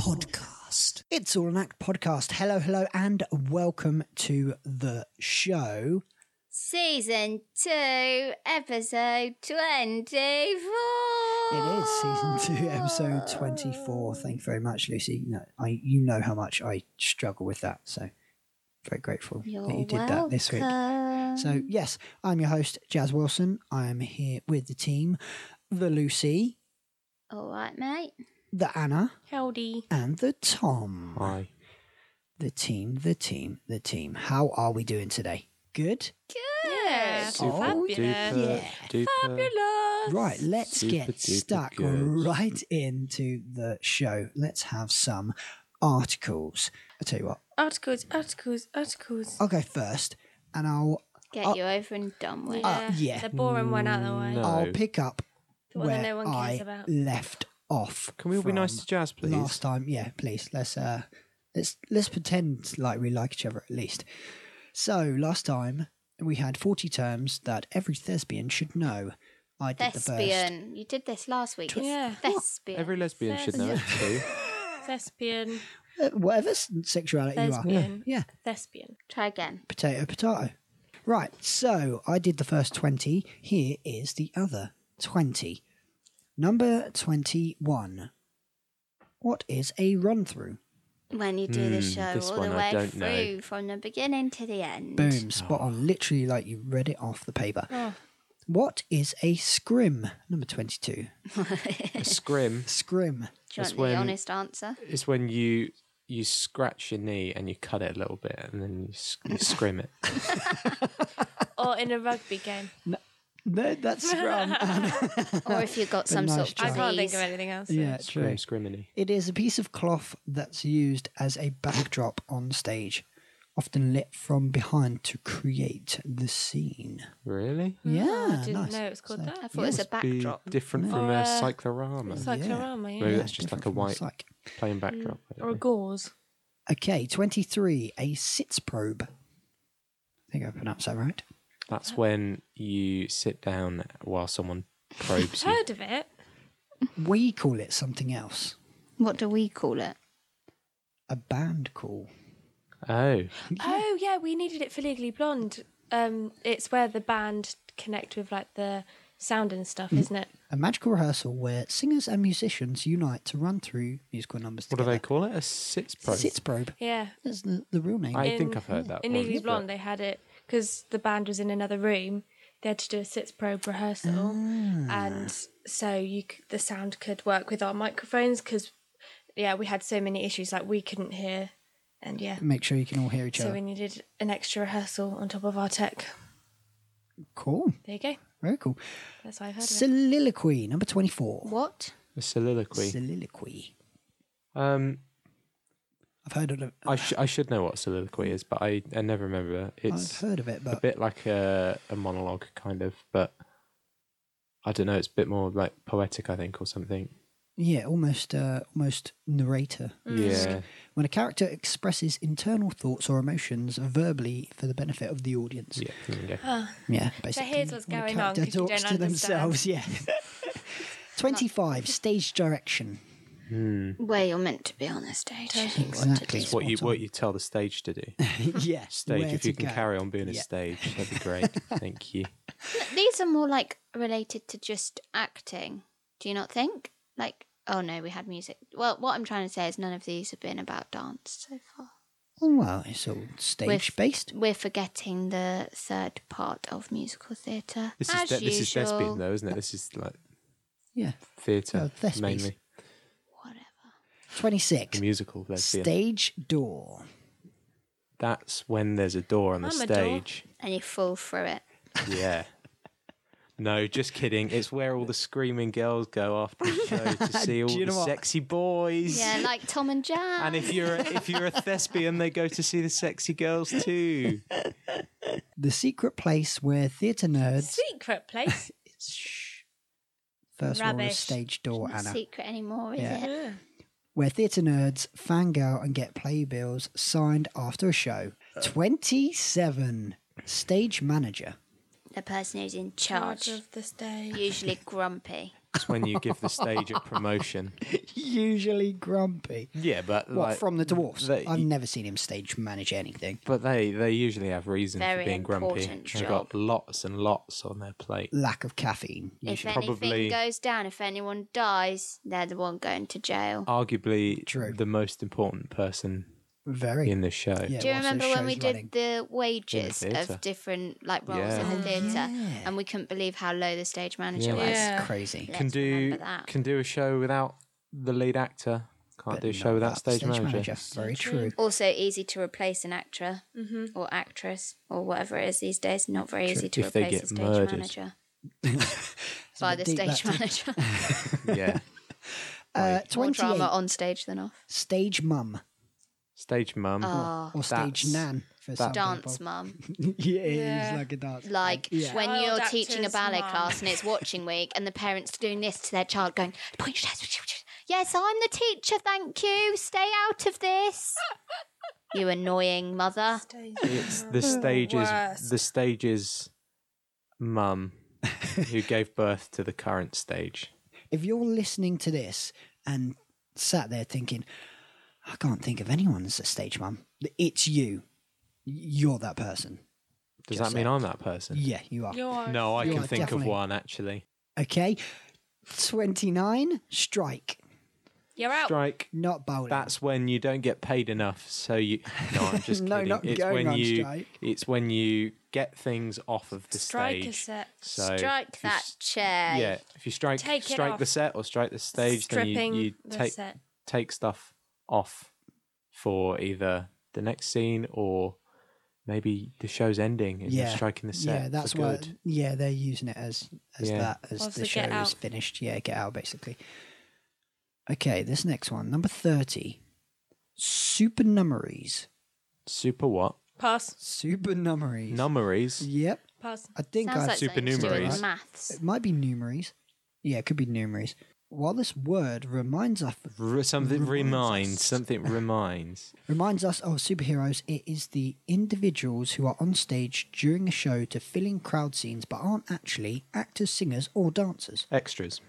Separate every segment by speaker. Speaker 1: podcast. It's All an Act podcast. Hello, hello, and welcome to the show.
Speaker 2: Season 2, episode 24.
Speaker 1: It is season two, episode 24. Thank you very much, Lucy. You know, I, you know how much I struggle with that. So, very grateful
Speaker 2: You're
Speaker 1: that you did that this week.
Speaker 2: welcome.
Speaker 1: So, yes, I'm your host, Jazz Wilson. I am here with the team, the Lucy,
Speaker 2: All right, mate.
Speaker 1: the Anna,
Speaker 3: Howdy.
Speaker 1: and the Tom.
Speaker 4: Hi.
Speaker 1: The team, the team, the team. How are we doing today? Good?
Speaker 2: Good.
Speaker 3: Yeah,
Speaker 1: Oh,
Speaker 3: fabulous.
Speaker 4: Duper,
Speaker 1: yeah.
Speaker 4: duper.
Speaker 3: Fabulous.
Speaker 1: Right, let's
Speaker 4: Super
Speaker 1: get
Speaker 4: duper
Speaker 1: stuck
Speaker 4: good.
Speaker 1: right into the show. Let's have some articles. I'll tell you what,
Speaker 3: Articles, articles, articles.
Speaker 1: I'll go first and I'll
Speaker 2: Get
Speaker 1: Oh.
Speaker 2: you over and done with.
Speaker 1: Uh, yeah.
Speaker 3: The boring one out of the way.
Speaker 4: No.
Speaker 1: I'll pick up
Speaker 3: The one that
Speaker 1: where
Speaker 3: no one
Speaker 1: I
Speaker 3: cares about.
Speaker 1: left off.
Speaker 4: Can we all be
Speaker 1: from
Speaker 4: nice to Jazz, please?
Speaker 1: Last time, yeah, please. Let's uh let's let's pretend like we like each other at least. So last time we had forty terms that every thespian should know. I did
Speaker 2: Thespian. You did this last week. It's
Speaker 3: Yeah.
Speaker 2: Thespian.
Speaker 4: Every lesbian should know it too.
Speaker 3: Thespian.
Speaker 1: the first. Uh, whatever s- sexuality you are,
Speaker 3: Thespian.
Speaker 1: yeah,
Speaker 3: Thespian.
Speaker 2: Try again.
Speaker 1: potato, potato. Right, so I did the first 20. Here is the other 20. Number 21. What is a run through?
Speaker 2: When you do the
Speaker 4: Hmm,
Speaker 2: show
Speaker 4: this
Speaker 2: all the
Speaker 4: one I
Speaker 2: way
Speaker 4: don't
Speaker 2: through
Speaker 4: know.
Speaker 2: from the beginning to the end.
Speaker 1: Boom, spot on. Literally like you read it off the paper.
Speaker 3: Oh.
Speaker 1: What is a scrim? Number 22.
Speaker 4: A scrim
Speaker 1: Scrim.
Speaker 2: Do you want the
Speaker 4: when-
Speaker 2: honest answer?
Speaker 4: is when you you scratch your knee and you cut it a little bit and then you, s- you scrim it.
Speaker 3: Or in a rugby game.
Speaker 1: No, that's scrum.
Speaker 2: Or if you've got some
Speaker 1: nice
Speaker 2: sort
Speaker 1: try.
Speaker 3: I
Speaker 2: of
Speaker 3: can't think
Speaker 2: disease.
Speaker 3: of anything else.
Speaker 1: yeah, true.
Speaker 4: Scrim, scriminy.
Speaker 1: It is a piece of cloth that's used as a backdrop on stage, often lit from behind to create the scene.
Speaker 4: Really?
Speaker 1: Yeah,
Speaker 3: Oh, I didn't
Speaker 1: nice.
Speaker 3: know it was called
Speaker 1: So-
Speaker 2: I thought
Speaker 3: that.
Speaker 2: it was a
Speaker 4: Must be
Speaker 2: backdrop.
Speaker 4: different from
Speaker 3: Or,
Speaker 4: a
Speaker 3: uh,
Speaker 4: cyclorama.
Speaker 3: It's like
Speaker 1: Yeah.
Speaker 3: Dorama,
Speaker 4: Maybe
Speaker 3: yeah.
Speaker 4: that's just
Speaker 1: different
Speaker 4: like a
Speaker 1: from the
Speaker 4: white
Speaker 1: psych.
Speaker 4: plain backdrop. I don't
Speaker 3: Or a
Speaker 4: know.
Speaker 3: gauze.
Speaker 1: Okay, 23, a sits probe. I think I pronounced that right.
Speaker 4: That's when you sit down while someone probes you.
Speaker 3: Heard of it? Mm-hmm.
Speaker 1: We call it something else.
Speaker 2: What do we call it?
Speaker 1: A band call.
Speaker 4: Oh,
Speaker 3: Oh, yeah, we needed it for Legally Blonde. Um, it's where the band connect with like the sound and stuff,
Speaker 1: Mm.
Speaker 3: isn't it?
Speaker 1: A magical rehearsal where singers and musicians unite to run through musical numbers
Speaker 4: what do
Speaker 1: together.
Speaker 4: they call it? A sits probe.
Speaker 1: Sits probe.
Speaker 3: Yeah.
Speaker 1: That's the, the real name.
Speaker 4: I
Speaker 3: In-
Speaker 4: think I've heard that.
Speaker 3: In
Speaker 4: once,
Speaker 3: Legally
Speaker 4: but-
Speaker 3: Blonde, they had it because the band was in another room. They had to do a sits probe rehearsal,
Speaker 4: Ah.
Speaker 3: and so you c- the sound could work with our microphones because yeah, we had so many issues like we couldn't hear, and yeah,
Speaker 1: Make sure you can all hear each
Speaker 3: so we
Speaker 1: other.
Speaker 3: needed an extra rehearsal on top of our tech.
Speaker 1: Cool.
Speaker 3: There you go.
Speaker 1: Very cool.
Speaker 3: That's how I've heard of it.
Speaker 1: Soliloquy, number 24.
Speaker 2: What?
Speaker 4: A soliloquy.
Speaker 1: Soliloquy.
Speaker 4: um,
Speaker 1: I've heard of it.
Speaker 4: I, sh- I should know what soliloquy is, but I, I never remember.
Speaker 1: I've
Speaker 4: It's
Speaker 1: heard of it,
Speaker 4: a
Speaker 1: but
Speaker 4: bit like a, a monologue, kind of, but I don't know. It's a bit more like poetic, I think, or something.
Speaker 1: yeah, almost, uh, almost narrator.
Speaker 3: Mm.
Speaker 4: Yeah.
Speaker 1: When a character expresses internal thoughts or emotions verbally for the benefit of the audience.
Speaker 4: Yeah. there we go.
Speaker 3: Ah,
Speaker 1: Yeah, basically.
Speaker 3: here's what's
Speaker 1: when a
Speaker 3: going on,
Speaker 1: character
Speaker 3: 'cause you
Speaker 1: talks
Speaker 3: don't
Speaker 1: to themselves, yeah. 25, stage direction.
Speaker 2: Where you're meant to be on the stage.
Speaker 1: Exactly.
Speaker 4: Hmm. It's what you what you tell the stage to do.
Speaker 1: yeah.
Speaker 4: Stage,
Speaker 1: where
Speaker 4: if
Speaker 1: to
Speaker 4: you can
Speaker 1: go.
Speaker 4: carry on being
Speaker 1: Yeah.
Speaker 4: a stage, that'd be great. Thank you.
Speaker 2: These are more like related to just acting. Do you not think? Like, oh no, we had music. Well, what I'm trying to say is none of these have been about dance so far.
Speaker 1: Oh, Well, it's all stage based.
Speaker 2: We're forgetting the third part of musical theatre.
Speaker 4: This
Speaker 2: as
Speaker 4: is de- this is
Speaker 2: usual.
Speaker 4: thespian though, isn't it? This is like
Speaker 1: Yeah.
Speaker 4: theatre
Speaker 1: Oh, thespies.
Speaker 4: mainly,
Speaker 2: Whatever.
Speaker 1: 26,
Speaker 4: a musical lesbian.
Speaker 1: stage door.
Speaker 4: That's when there's a door on the
Speaker 3: I'm a door.
Speaker 4: stage.
Speaker 2: And you fall through it.
Speaker 4: Yeah. No, just kidding. It's where all the screaming girls go after the show to see all
Speaker 1: Do you
Speaker 4: the
Speaker 1: know what?
Speaker 4: sexy boys.
Speaker 2: Yeah, like Tom and Jan.
Speaker 4: And if you're a, if you're a thespian, they go to see the sexy girls too.
Speaker 1: The secret place where theatre nerds.
Speaker 3: Secret place.
Speaker 1: Shh. First one was
Speaker 3: Rubbish.
Speaker 1: stage door,
Speaker 2: Not
Speaker 1: Anna.
Speaker 2: secret anymore, is
Speaker 1: Yeah.
Speaker 2: it?
Speaker 3: Yeah.
Speaker 1: where theatre nerds fangirl and get playbills signed after a show.
Speaker 4: Uh.
Speaker 1: 27. Stage manager.
Speaker 2: The person who's in
Speaker 3: Charge
Speaker 2: charge,
Speaker 3: of the stage.
Speaker 2: usually grumpy.
Speaker 4: It's when you give the stage a promotion.
Speaker 1: Usually grumpy.
Speaker 4: Yeah, but
Speaker 1: What,
Speaker 4: like,
Speaker 1: from the dwarfs?
Speaker 4: they-
Speaker 1: I've never seen him stage manage anything.
Speaker 4: But they they usually have reason
Speaker 2: Very
Speaker 4: for being grumpy.
Speaker 2: important
Speaker 4: They've got lots and lots on their plate.
Speaker 1: Lack of caffeine.
Speaker 2: If
Speaker 1: Usually.
Speaker 2: anything
Speaker 4: probably-
Speaker 2: goes down, if anyone dies, they're the one going to
Speaker 4: Oh,
Speaker 2: jail.
Speaker 4: Arguably
Speaker 1: True.
Speaker 4: the most important person
Speaker 1: Very.
Speaker 4: in the show.
Speaker 1: Yeah.
Speaker 2: Do you
Speaker 1: whilst those
Speaker 2: remember when
Speaker 1: shows
Speaker 2: we
Speaker 1: running.
Speaker 2: did the wages
Speaker 4: theatre.
Speaker 2: of different like roles
Speaker 4: Yeah.
Speaker 2: in the
Speaker 1: Oh,
Speaker 2: theatre,
Speaker 1: yeah.
Speaker 2: and we couldn't believe how low the stage manager
Speaker 4: Yeah.
Speaker 2: was?
Speaker 3: Yeah.
Speaker 1: That's crazy.
Speaker 2: Let's
Speaker 4: Can do
Speaker 2: remember that.
Speaker 4: can do a show without the lead actor. Can't
Speaker 1: But
Speaker 4: do a
Speaker 1: not
Speaker 4: show without stage, manager.
Speaker 1: Very true.
Speaker 2: Also easy to replace an actor
Speaker 1: Mm-hmm.
Speaker 2: or actress or whatever it is these days. Not very easy to
Speaker 4: If they
Speaker 2: replace a
Speaker 4: get
Speaker 2: stage
Speaker 4: murdered.
Speaker 2: manager by the
Speaker 1: deep
Speaker 2: stage
Speaker 1: that-
Speaker 2: manager.
Speaker 4: yeah.
Speaker 1: Uh,
Speaker 2: More
Speaker 1: 28.
Speaker 2: drama on stage than off.
Speaker 1: Stage mum.
Speaker 4: Stage mum.
Speaker 2: Oh,
Speaker 1: Or stage
Speaker 4: That's-
Speaker 1: nan. For some
Speaker 2: dance
Speaker 1: people.
Speaker 2: mum.
Speaker 1: yeah,
Speaker 3: Yeah.
Speaker 1: he's like a dance.
Speaker 2: Like
Speaker 1: mum. yeah.
Speaker 2: when
Speaker 3: Child
Speaker 2: you're teaching a
Speaker 3: actor's
Speaker 2: ballet
Speaker 3: mum.
Speaker 2: class and it's watching week, and the parents doing this to their child, going, "Point your hands." Yes, I'm the teacher. Thank you. Stay out of this. you annoying mother.
Speaker 4: It's the stage's
Speaker 3: worst.
Speaker 4: the stage's mum who gave birth to the current stage.
Speaker 1: If you're listening to this and sat there thinking, I can't think of anyone as a stage mum, it's you. You're that person.
Speaker 4: Does
Speaker 1: Just
Speaker 4: that mean
Speaker 1: saying.
Speaker 4: I'm that person?
Speaker 1: Yeah, you are.
Speaker 3: You're
Speaker 4: No, I
Speaker 1: You
Speaker 4: can
Speaker 1: are
Speaker 4: think
Speaker 1: definitely-
Speaker 4: of one actually.
Speaker 1: Okay. 29. Strike.
Speaker 3: you're out.
Speaker 4: Strike.
Speaker 1: Not bowling.
Speaker 4: That's when you don't get paid enough, so you. No, I'm just
Speaker 1: No,
Speaker 4: kidding.
Speaker 1: not
Speaker 4: it's
Speaker 1: going
Speaker 4: when
Speaker 1: on
Speaker 4: you.
Speaker 1: strike.
Speaker 4: It's when you get things off of the
Speaker 3: Strike
Speaker 4: stage.
Speaker 3: a set.
Speaker 4: So
Speaker 2: Strike
Speaker 4: if you
Speaker 2: that
Speaker 4: s-
Speaker 2: chair.
Speaker 4: Yeah, if you strike
Speaker 3: Take it
Speaker 4: strike the
Speaker 3: off.
Speaker 4: set or strike the stage, then
Speaker 3: Stripping
Speaker 4: you, you
Speaker 3: the
Speaker 4: take
Speaker 3: set.
Speaker 4: take stuff off for either the next scene or maybe the show's ending and you're
Speaker 1: Yeah.
Speaker 4: striking the set.
Speaker 1: Yeah,
Speaker 4: for
Speaker 1: that's
Speaker 4: good.
Speaker 1: what. Yeah, they're using it as as
Speaker 4: Yeah.
Speaker 1: that as
Speaker 3: What's
Speaker 1: the
Speaker 3: the
Speaker 1: show
Speaker 3: get
Speaker 1: is
Speaker 3: out?
Speaker 1: finished. Yeah, get out basically. Okay, this next one, number thirty, supernumeraries.
Speaker 4: Super what?
Speaker 3: Pass.
Speaker 1: Supernumeraries.
Speaker 4: Numberies.
Speaker 1: Yep,
Speaker 3: Pass.
Speaker 1: I think
Speaker 2: Sounds
Speaker 1: I.
Speaker 2: like something to do
Speaker 4: Supernumeraries.
Speaker 2: with maths.
Speaker 1: it might be numeraries. Yeah, it could be numeraries. While this word reminds us
Speaker 4: R- something
Speaker 1: Reminds
Speaker 4: reminds.
Speaker 1: us.
Speaker 4: Something reminds.
Speaker 1: reminds us of superheroes, it is the individuals who are on stage during a show to fill in crowd scenes, but aren't actually actors, singers, or dancers.
Speaker 4: Extras.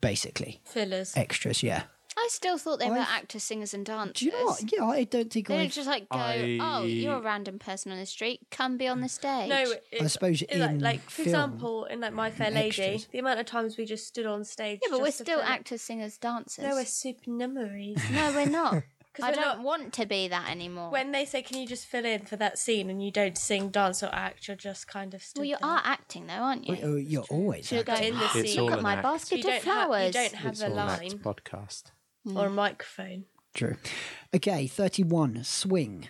Speaker 1: Basically,
Speaker 3: Fillers.
Speaker 1: extras. Yeah.
Speaker 2: I still thought they were
Speaker 1: I've-
Speaker 2: actors, singers, and dancers.
Speaker 1: Do you know what? Yeah, I don't think
Speaker 2: They
Speaker 1: I.
Speaker 2: don't just like go, oh,
Speaker 4: I-
Speaker 2: you're a random person on the street. Come be on the stage.
Speaker 3: No, it's,
Speaker 1: suppose
Speaker 3: it's like,
Speaker 1: in
Speaker 3: like for
Speaker 1: film,
Speaker 3: example, in like My Fair
Speaker 1: in
Speaker 3: Lady,
Speaker 1: extras.
Speaker 3: the amount of times we just stood on stage.
Speaker 2: yeah, but we're
Speaker 3: just to
Speaker 2: still
Speaker 3: film it.
Speaker 2: actors, singers, dancers.
Speaker 3: No, we're supernumeraries.
Speaker 2: No, we're not.
Speaker 3: 'Cause
Speaker 2: I
Speaker 3: we're
Speaker 2: don't
Speaker 3: not-
Speaker 2: want to be that anymore.
Speaker 3: when they say, "Can you just fill in for that scene?" and you don't sing, dance, or act, you're just kind of stood
Speaker 2: well, you
Speaker 3: there.
Speaker 2: are acting though, aren't you?
Speaker 1: Oh, oh, you're always.
Speaker 2: So you're
Speaker 1: acting.
Speaker 2: going,
Speaker 3: in the
Speaker 2: "Ah,
Speaker 3: It's scene.
Speaker 2: look
Speaker 4: all
Speaker 2: at
Speaker 4: an
Speaker 2: my
Speaker 4: act.
Speaker 2: basket
Speaker 3: You
Speaker 2: of
Speaker 3: don't have- you
Speaker 2: flowers. Mm.
Speaker 3: don't have
Speaker 4: it's
Speaker 3: a
Speaker 4: all an act
Speaker 3: line
Speaker 4: podcast.
Speaker 3: or a microphone.
Speaker 1: True. Okay, thirty-one. Swing.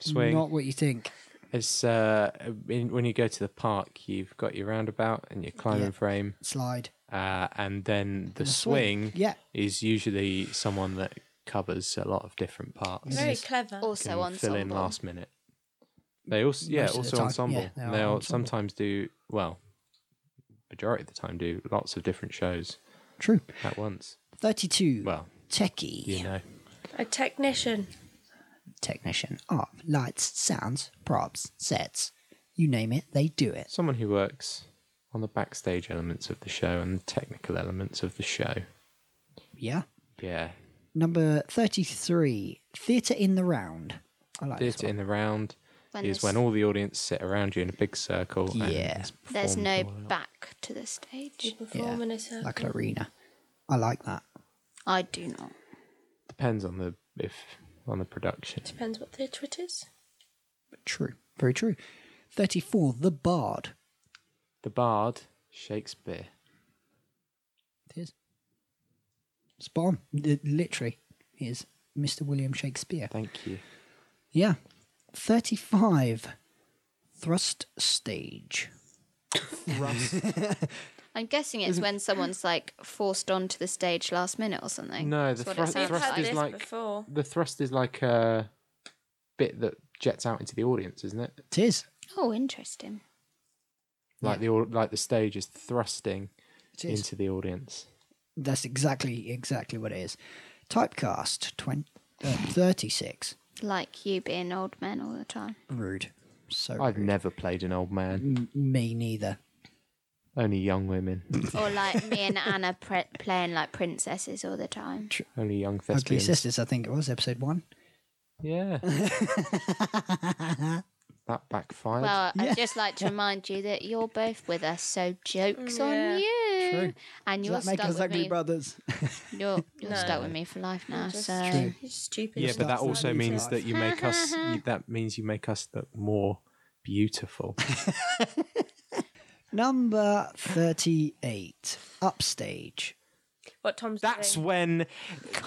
Speaker 4: Swing.
Speaker 1: Not what you think.
Speaker 4: It's uh, in, when you go to the park, you've got your roundabout and your climbing
Speaker 1: Yeah.
Speaker 4: frame,
Speaker 1: Slide.
Speaker 4: uh, and then the
Speaker 1: The
Speaker 4: swing,
Speaker 1: Yeah.
Speaker 4: is usually someone that covers a lot of different parts.
Speaker 3: Very
Speaker 1: Yes.
Speaker 3: clever.
Speaker 4: Can
Speaker 2: Also
Speaker 4: fill in
Speaker 2: ensemble.
Speaker 4: last minute. They also yeah
Speaker 1: Most of the
Speaker 4: also
Speaker 1: time,
Speaker 4: ensemble.
Speaker 1: yeah, they are
Speaker 4: They'll
Speaker 1: ensemble.
Speaker 4: sometimes do well. Majority of the time, do lots of different shows
Speaker 1: True.
Speaker 4: at once.
Speaker 1: Thirty-two.
Speaker 4: Well,
Speaker 1: Techie.
Speaker 4: you know,
Speaker 3: a technician.
Speaker 1: Technician. Art. Lights. Sounds. Props. Sets. You name it, they do it.
Speaker 4: someone who works on the backstage elements of the show and the technical elements of the show.
Speaker 1: Yeah.
Speaker 4: Yeah,
Speaker 1: Number thirty-three. Theatre in the round. I like this
Speaker 4: theatre in the round
Speaker 2: When
Speaker 4: is
Speaker 2: there's-
Speaker 4: when all the audience sit around you in a big circle. and
Speaker 1: Yeah.
Speaker 4: it's
Speaker 2: There's
Speaker 4: performed
Speaker 2: no
Speaker 4: all out.
Speaker 2: back to the stage.
Speaker 3: You perform in a circle.
Speaker 1: one. Like an arena. I like that.
Speaker 2: I do not.
Speaker 4: Depends on the if on the production.
Speaker 3: Depends what theatre it is.
Speaker 1: True. Very true. Thirty-four. The bard.
Speaker 4: The Bard, Shakespeare.
Speaker 1: It is. Spot on. Li- Literally, he is Mr. William Shakespeare.
Speaker 4: Thank you.
Speaker 1: Yeah. 35. Thrust stage.
Speaker 2: I'm guessing it's when someone's like forced onto the stage last minute or something.
Speaker 4: No,
Speaker 2: That's
Speaker 4: the
Speaker 2: what
Speaker 4: thru-
Speaker 2: it sounds
Speaker 4: thrust
Speaker 3: had
Speaker 2: like.
Speaker 4: is
Speaker 3: this
Speaker 4: like
Speaker 3: before.
Speaker 4: the thrust is like a bit that jets out into the audience, isn't it?
Speaker 1: It is.
Speaker 2: Oh, interesting.
Speaker 4: Like the au- like the stage is thrusting
Speaker 1: It is.
Speaker 4: into the audience.
Speaker 1: That's exactly, exactly what it is. Typecast. 20, uh, 36.
Speaker 2: Like you being old men all the time.
Speaker 1: Rude. So
Speaker 4: I've
Speaker 1: rude.
Speaker 4: never played an old man.
Speaker 1: M- me neither.
Speaker 4: Only young women.
Speaker 2: or like me and Anna pre- playing like princesses all the time.
Speaker 4: Only young
Speaker 1: Ugly
Speaker 4: thespians.
Speaker 1: Sisters, I think it was episode one.
Speaker 4: Yeah. that backfired.
Speaker 2: Well, I'd just like to remind you that you're both with us, so jokes
Speaker 3: Yeah.
Speaker 2: on you.
Speaker 1: True.
Speaker 2: And
Speaker 1: Does
Speaker 2: you're
Speaker 1: that make
Speaker 2: stuck
Speaker 1: us
Speaker 2: with
Speaker 1: ugly
Speaker 2: me.
Speaker 1: brothers?
Speaker 2: You're you're
Speaker 3: No.
Speaker 2: stuck with me for life now.
Speaker 3: Just-
Speaker 2: so
Speaker 1: True.
Speaker 5: You're just stupid.
Speaker 4: yeah,
Speaker 5: Just
Speaker 4: but that
Speaker 5: start
Speaker 4: also
Speaker 5: slightly
Speaker 4: means
Speaker 5: too
Speaker 4: that you make us. you- that means you make us look more beautiful.
Speaker 1: Number 38, Upstage.
Speaker 3: What Tom's
Speaker 4: That's
Speaker 3: doing.
Speaker 4: when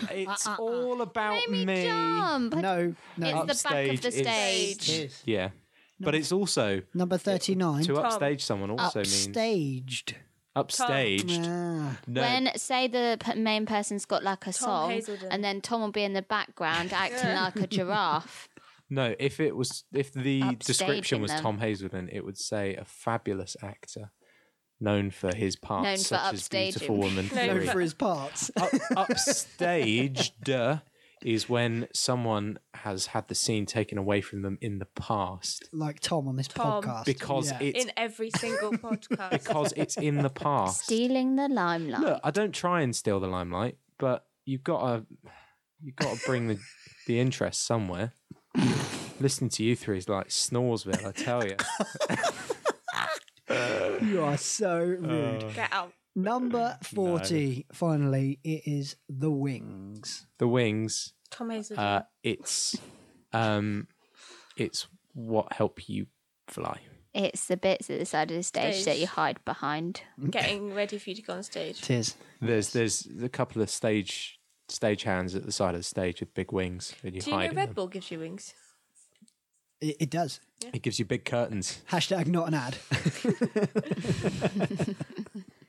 Speaker 4: it's
Speaker 2: Uh,
Speaker 4: all about
Speaker 2: Make me jump.
Speaker 1: No,
Speaker 2: It's
Speaker 1: no.
Speaker 2: the back of the
Speaker 4: Upstage
Speaker 2: stage.
Speaker 4: is- Yeah, but it's also
Speaker 1: Number 39,
Speaker 4: to upstage someone also means
Speaker 1: Upstaged.
Speaker 4: upstaged.
Speaker 1: Ah.
Speaker 4: No,
Speaker 2: When say the p- main person's got like a song,
Speaker 3: Hazelden.
Speaker 2: and then Tom will be in the background acting like a giraffe.
Speaker 4: no. If it was, if the description
Speaker 2: Upstaging
Speaker 4: was
Speaker 2: them.
Speaker 4: Tom Hazelden, it would say a fabulous actor, known for his parts
Speaker 2: Known for
Speaker 4: such as
Speaker 2: upstaging.
Speaker 4: Beautiful Woman
Speaker 1: Known
Speaker 4: Three.
Speaker 1: for his parts.
Speaker 4: Up, upstaged is when someone has had the scene taken away from them in the past
Speaker 1: like Tom on this
Speaker 3: Tom.
Speaker 1: podcast.
Speaker 4: because
Speaker 1: Yeah.
Speaker 4: it's
Speaker 3: in every single podcast.
Speaker 4: because it's in the past.
Speaker 2: Stealing the limelight.
Speaker 4: Look, I don't try and steal the limelight, but you've got to you've got to bring the the interest somewhere. Listening to you three is like Snoresville, I tell you.
Speaker 1: You are so rude.
Speaker 3: Get out.
Speaker 1: Number 40, finally, it is The Wings.
Speaker 4: The Wings,
Speaker 3: Tom Hazelden.
Speaker 4: uh, it's um, it's what help you fly.
Speaker 2: It's the bits at the side of the stage, that
Speaker 3: Stage.
Speaker 2: you hide behind.
Speaker 3: getting ready for you to go on stage.
Speaker 1: Tis.
Speaker 4: There's there's a couple of stage stage hands at the side of the stage with big wings, and you
Speaker 3: Do you
Speaker 4: hide.
Speaker 3: know
Speaker 4: in
Speaker 3: Red
Speaker 4: them.
Speaker 3: Bull gives you wings?
Speaker 1: It, it does.
Speaker 4: It gives you big curtains.
Speaker 1: Hashtag not an ad.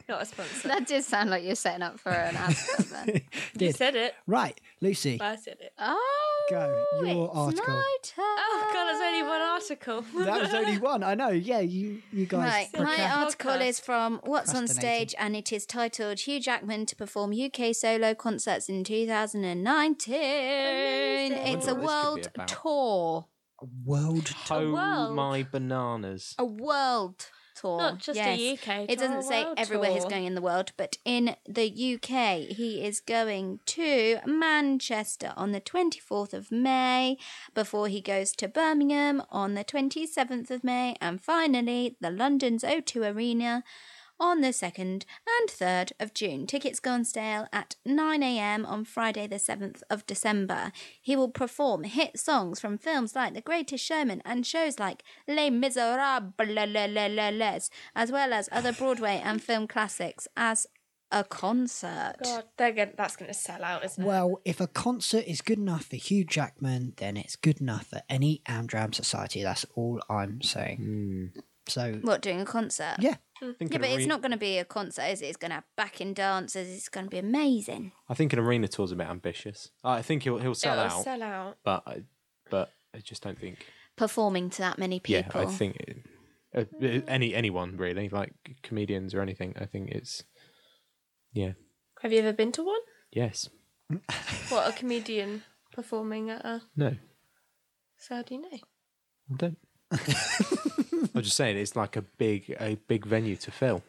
Speaker 3: Not a sponsor.
Speaker 2: That did sound like you're setting up for an answer then.
Speaker 3: You said it.
Speaker 1: Right, Lucy.
Speaker 3: I said it.
Speaker 2: Oh,
Speaker 1: Go, your
Speaker 2: it's
Speaker 1: article.
Speaker 2: my turn.
Speaker 3: Oh god, there's only one article.
Speaker 1: That was only one. I know. Yeah, you you guys.
Speaker 2: Right, my
Speaker 1: procra-
Speaker 2: article is from What's on
Speaker 1: Procrastinating.
Speaker 2: Stage and it is titled Hugh Jackman to perform UK solo concerts in 2019. It's a
Speaker 4: wonder what
Speaker 2: world
Speaker 4: this could be about.
Speaker 2: tour.
Speaker 1: World.
Speaker 4: Oh
Speaker 3: world.
Speaker 4: my bananas!
Speaker 2: A world tour.
Speaker 3: Not just a
Speaker 2: yes.
Speaker 3: UK
Speaker 2: It
Speaker 3: tour,
Speaker 2: doesn't
Speaker 3: a
Speaker 2: say
Speaker 3: world
Speaker 2: everywhere he's
Speaker 3: tour.
Speaker 2: going in the world, but in the UK, he is going to Manchester on the 24th of May before he goes to Birmingham on the 27th of May and finally the London's O2 Arena on the 2nd and 3rd of June. Tickets go on sale at 9am on Friday, the 7th of December. He will perform hit songs from films like The Greatest Showman and shows like Les Miserables, as well as other Broadway and film classics as a concert.
Speaker 3: God, they're gonna, that's going to sell out, isn't it?
Speaker 1: Well, if a concert is good enough for Hugh Jackman, then it's good enough for any Amdram society. That's all I'm saying.
Speaker 4: Hmm.
Speaker 1: So
Speaker 2: What, doing a concert?
Speaker 1: yeah,
Speaker 4: think
Speaker 2: Yeah,
Speaker 4: an
Speaker 2: but it's
Speaker 4: arena-
Speaker 2: not going to be a concert, is it? It's going to have backing dancers. It's going to be amazing.
Speaker 4: I think an arena tour's a bit ambitious. I think he'll he'll sell
Speaker 3: It'll
Speaker 4: out,
Speaker 3: sell out.
Speaker 4: but I, but I just don't think.
Speaker 2: Performing to that many people.
Speaker 4: Yeah, I think it, uh, uh, any anyone really, like comedians or anything. I think it's yeah,
Speaker 3: Have you ever been to one?
Speaker 4: yes,
Speaker 3: What a comedian performing at a.
Speaker 4: no,
Speaker 3: So how do you know?
Speaker 4: I don't. I'm just saying, it's like a big a big venue to fill.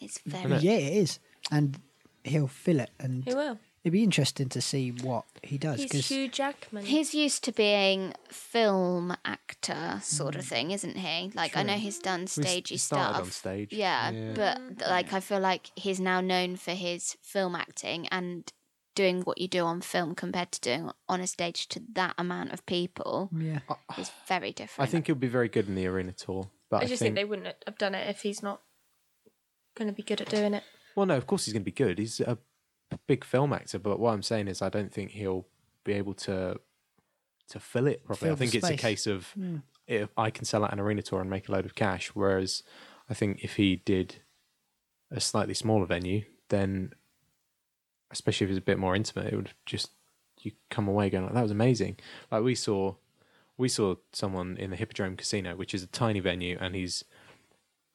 Speaker 2: It's
Speaker 4: know.
Speaker 2: very.
Speaker 1: yeah, it is, and he'll fill it, and
Speaker 3: He will.
Speaker 1: it'd be interesting to see what he does
Speaker 3: He's
Speaker 1: because
Speaker 3: Hugh Jackman.
Speaker 2: He's used to being film actor sort of thing, isn't he? Like I know he's done
Speaker 4: Mm. We s-
Speaker 2: stagey
Speaker 4: started
Speaker 2: stuff.
Speaker 4: on stage.
Speaker 2: Yeah, but like I feel like he's now known for his film acting and doing what you do on film compared to doing on a stage to that amount of people
Speaker 1: yeah,
Speaker 2: is very
Speaker 4: I
Speaker 2: different.
Speaker 4: think he'll be very good in the arena tour. But
Speaker 3: I just think, they wouldn't have done it if he's not going to be good at doing it.
Speaker 4: Well, no, of course he's going to be good. He's a big film actor, but what I'm saying is, I don't think he'll be able to to fill it properly.
Speaker 1: Fill
Speaker 4: I think
Speaker 1: the
Speaker 4: it's a
Speaker 1: space. Hmm.
Speaker 4: case of if I can sell out an arena tour and make a load of cash, whereas I think if he did a slightly smaller venue, then especially if it was a bit more intimate, it would just you come away going like that was amazing. Like we saw, we saw someone in the Hippodrome Casino, which is a tiny venue, and he's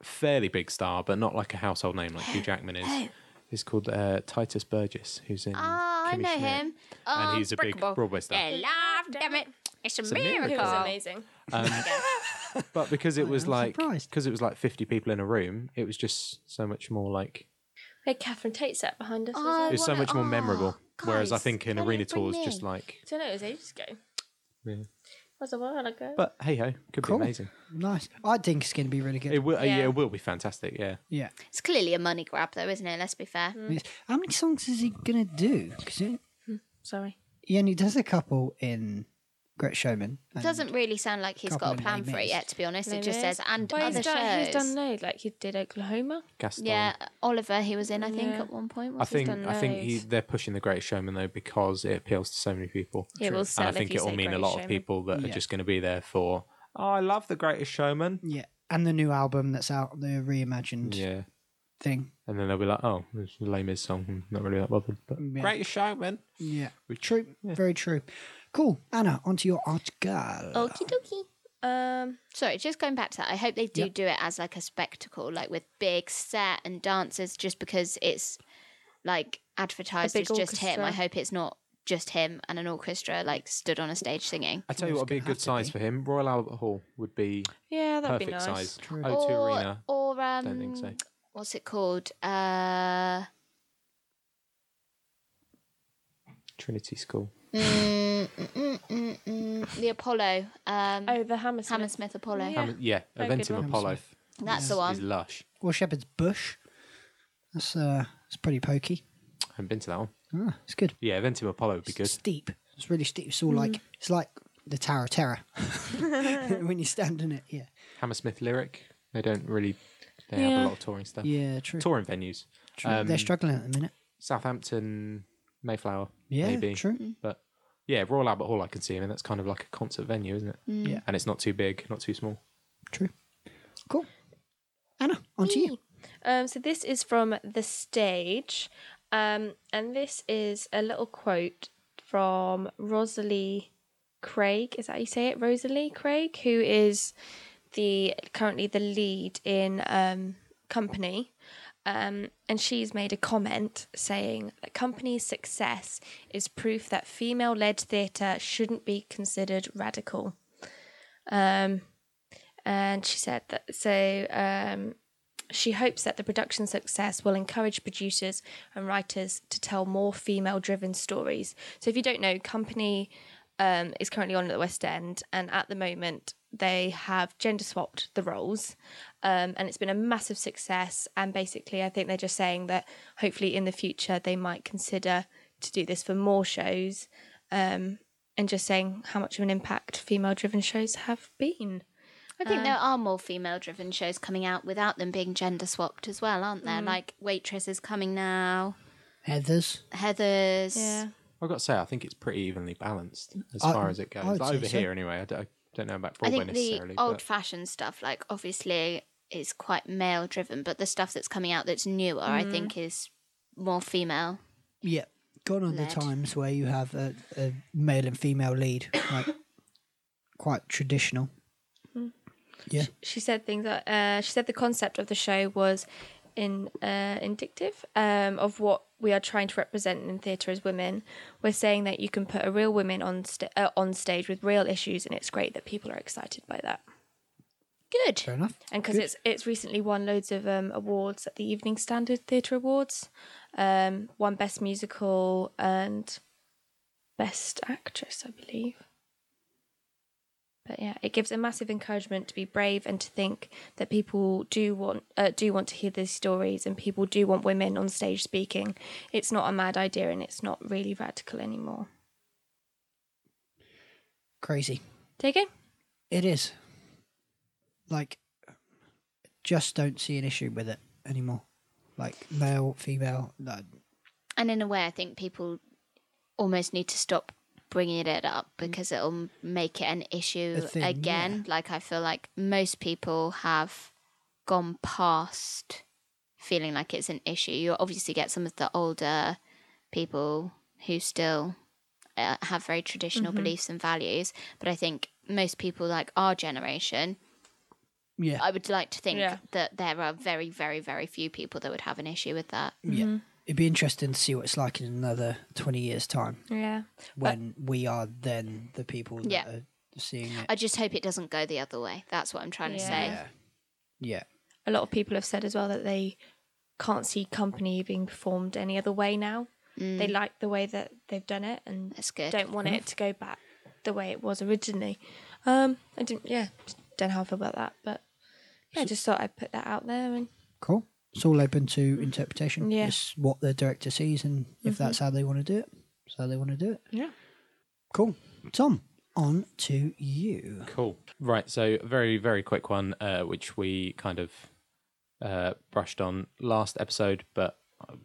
Speaker 4: fairly big star, but not like a household name like Hugh
Speaker 2: Oh,
Speaker 4: Jackman is. He's called uh, Titus Burgess, who's in.
Speaker 2: Ah, I
Speaker 4: Kimmy
Speaker 2: know
Speaker 4: Schmidt.
Speaker 2: him.
Speaker 4: And
Speaker 2: Oh,
Speaker 4: he's a big
Speaker 2: Brickable.
Speaker 4: Broadway star.
Speaker 2: They love, damn it. It's a
Speaker 4: a miracle.
Speaker 2: miracle.
Speaker 3: It was amazing.
Speaker 4: Um, But because
Speaker 2: Oh,
Speaker 4: it was
Speaker 1: I'm
Speaker 4: like
Speaker 1: surprised.
Speaker 4: because it was like 50 people in a room, it was just so much more like
Speaker 3: We had Catherine Tate set behind us.
Speaker 2: Oh,
Speaker 4: it
Speaker 3: wasn't
Speaker 4: was so
Speaker 2: wanna-
Speaker 4: much more
Speaker 2: oh,
Speaker 4: memorable. Whereas I
Speaker 2: guys,
Speaker 4: think
Speaker 2: can
Speaker 4: in arena
Speaker 2: you bring
Speaker 4: tours, just
Speaker 2: me?
Speaker 4: like
Speaker 3: it? I don't know. It was ages ago.
Speaker 4: yeah.
Speaker 3: It was a while ago.
Speaker 4: But hey ho, could
Speaker 1: Cool.
Speaker 4: be amazing.
Speaker 1: Nice. I think it's going to be really good.
Speaker 4: It will, uh, yeah.
Speaker 3: Yeah.
Speaker 4: it will be fantastic. Yeah,
Speaker 1: yeah.
Speaker 2: It's clearly a money grab, though, isn't it? Let's be fair.
Speaker 1: I mean, it's- How many songs is he going to do? 'Cause he-
Speaker 3: Sorry.
Speaker 1: he only does a couple in Great Showman.
Speaker 2: It
Speaker 1: and-
Speaker 2: doesn't really sound like he's got
Speaker 1: Couple
Speaker 2: a
Speaker 1: of
Speaker 2: plan for it
Speaker 1: names.
Speaker 2: yet, to be honest.
Speaker 3: No,
Speaker 2: it just
Speaker 3: there
Speaker 2: says and
Speaker 3: But
Speaker 2: other
Speaker 3: he's done,
Speaker 2: shows.
Speaker 3: he's done loads. Like he did Oklahoma.
Speaker 4: Gaston.
Speaker 2: yeah, Oliver, he was in, I think,
Speaker 3: Yeah.
Speaker 2: at one point.
Speaker 4: I
Speaker 2: Was
Speaker 4: think
Speaker 3: done
Speaker 4: I think
Speaker 3: loads.
Speaker 4: he, they're pushing the Greatest Showman though because it appeals to so many people.
Speaker 3: It will sell
Speaker 4: and I
Speaker 3: if
Speaker 4: think
Speaker 3: you
Speaker 4: it will
Speaker 3: say
Speaker 4: mean a
Speaker 3: Greatest
Speaker 4: lot of
Speaker 3: Showman.
Speaker 4: people that
Speaker 1: Yeah.
Speaker 4: are just going to be there for. Oh, I love the Greatest Showman.
Speaker 1: Yeah. And the new album that's out, the reimagined
Speaker 4: Yeah,
Speaker 1: thing.
Speaker 4: and then they'll be like, "Oh, it's a lame is song. I'm not really that bothered." But
Speaker 1: Yeah.
Speaker 4: Greatest Showman.
Speaker 1: Yeah.
Speaker 4: Which-
Speaker 1: True. Very true. Cool. Anna, onto your article.
Speaker 3: Oh.
Speaker 2: Okie dokie.
Speaker 3: Um,
Speaker 2: Sorry, just going back to that, I hope they do
Speaker 1: Yep.
Speaker 2: do it as like a spectacle, like with big set and dancers, just because it's like advertised
Speaker 3: A
Speaker 2: as
Speaker 3: big
Speaker 2: just him.
Speaker 3: orchestra.
Speaker 2: I hope it's not just him and an orchestra like stood on a stage singing.
Speaker 4: I tell you what, would be a good size for him. Royal Albert Hall would be
Speaker 3: yeah, that'd
Speaker 4: perfect
Speaker 3: be nice. mm.
Speaker 4: size.
Speaker 1: True.
Speaker 4: O2
Speaker 2: or,
Speaker 4: Arena.
Speaker 2: Or um,
Speaker 4: Don't think so.
Speaker 2: what's it called? Uh,
Speaker 4: Trinity School.
Speaker 2: mm, mm, mm, mm, the Apollo, um,
Speaker 3: Oh, the Hammersmith.
Speaker 2: Hammersmith Apollo.
Speaker 3: Yeah.
Speaker 4: Um, yeah,
Speaker 3: Very good
Speaker 4: Eventum
Speaker 3: one.
Speaker 4: Apollo
Speaker 2: That's the
Speaker 4: is
Speaker 2: one.
Speaker 4: lush.
Speaker 1: Or Shepherd's Bush. That's uh, it's pretty pokey.
Speaker 4: I haven't been to that one.
Speaker 1: Ah, it's good.
Speaker 4: Yeah, Eventum Apollo would be good.
Speaker 1: Steep. It's really steep. It's all like it's like the Tower of Terror when you stand in it. Yeah.
Speaker 4: Hammersmith Lyric. They don't really. They have
Speaker 3: Yeah.
Speaker 4: a lot of touring stuff.
Speaker 1: Yeah. True.
Speaker 4: Touring venues.
Speaker 1: true.
Speaker 4: um,
Speaker 1: They're struggling at the minute.
Speaker 4: Southampton, Mayflower.
Speaker 1: Yeah.
Speaker 4: maybe.
Speaker 1: True.
Speaker 4: But yeah, Royal Albert Hall I can see him, and that's kind of like a concert venue, isn't it?
Speaker 1: Mm. Yeah.
Speaker 4: And it's not too big, not too small.
Speaker 1: True. Cool. Anna, onto you.
Speaker 3: Um, so this is from the stage, um, and this is a little quote from Rosalie Craig. Is that how you say it, Rosalie Craig, who is the currently the lead in um, Company, um, and she's made a comment saying that Company's success is proof that female-led theatre shouldn't be considered radical. Um, and she said that so. Um, she hopes that the production's success will encourage producers and writers to tell more female driven stories. So, if you don't know, Company um, is currently on at the West End, and at the moment, they have gender swapped the roles, um, and it's been a massive success. And basically, I think they're just saying that hopefully in the future they might consider to do this for more shows, um, and just saying how much of an impact female driven shows have been.
Speaker 2: I think there are more female driven shows coming out without them being gender swapped as well, aren't there? Like Waitress is coming now,
Speaker 1: Heathers.
Speaker 2: Heather's.
Speaker 4: I've got to say, I think it's pretty evenly balanced as
Speaker 1: I-
Speaker 4: far as it goes.
Speaker 1: I would
Speaker 4: Like,
Speaker 1: say
Speaker 4: over
Speaker 1: so.
Speaker 4: here, anyway. I don't, I don't know about
Speaker 2: I
Speaker 4: Broadway
Speaker 2: think the
Speaker 4: necessarily.
Speaker 2: old
Speaker 4: but
Speaker 2: fashioned stuff, like obviously, is quite male driven, but the stuff that's coming out that's newer, I think, is more female.
Speaker 1: Yeah. Gone are the
Speaker 2: Led.
Speaker 1: times where you have a, a male and female lead, like quite traditional. Yeah.
Speaker 3: she said things that uh, she said the concept of the show was in uh, indicative um, of what we are trying to represent in theatre as women. We're saying that you can put a real woman on sta- uh, on stage with real issues, and it's great that people are excited by that.
Speaker 2: Good.
Speaker 1: Fair enough.
Speaker 3: And because
Speaker 1: Good.
Speaker 3: it's it's recently won loads of um, awards at the Evening Standard Theatre Awards, um, won Best Musical and Best Actress, I believe. But yeah, it gives a massive encouragement to be brave and to think that people do want uh, do want to hear these stories and people do want women on stage speaking. It's not a mad idea and it's not really radical anymore.
Speaker 1: crazy.
Speaker 3: Take it.
Speaker 1: It is. Like, just don't see an issue with it anymore. Like, male, female, like,
Speaker 2: And in a way, I think people almost need to stop bringing it up because it'll make it an issue
Speaker 1: Mm. A thing,
Speaker 2: again. Like, I feel like most people have gone past feeling like it's an issue. You obviously get some of the older people who still uh, have very traditional
Speaker 1: Mm-hmm.
Speaker 2: beliefs and values, but I think most people, like our generation,
Speaker 1: yeah.
Speaker 2: I would like to think
Speaker 3: Yeah.
Speaker 2: that there are very, very, very few people that would have an issue with that.
Speaker 1: yeah. It'd be interesting to see what it's like in another 20 years' time
Speaker 3: Yeah.
Speaker 1: when we are then the people that
Speaker 2: Yeah.
Speaker 1: are seeing it.
Speaker 2: I just hope it doesn't go the other way. That's what I'm trying to say.
Speaker 1: yeah. Yeah.
Speaker 3: A lot of people have said as well that they can't see company being performed any other way now. They like the way that they've done it and
Speaker 2: Mm. That's good.
Speaker 3: don't want it to go back the way it was originally. Um, I didn't. Yeah, don't know how I feel about that, but yeah, I just thought I'd put that out there. And
Speaker 1: Cool. It's all open to interpretation.
Speaker 3: Yeah.
Speaker 1: It's what the director sees, and if that's how they want to do it, it's how they want to do it.
Speaker 3: yeah,
Speaker 1: Cool. Tom, on to you.
Speaker 4: Cool. Right. So, a very, very quick one, uh, which we kind of uh, brushed on last episode, but uh,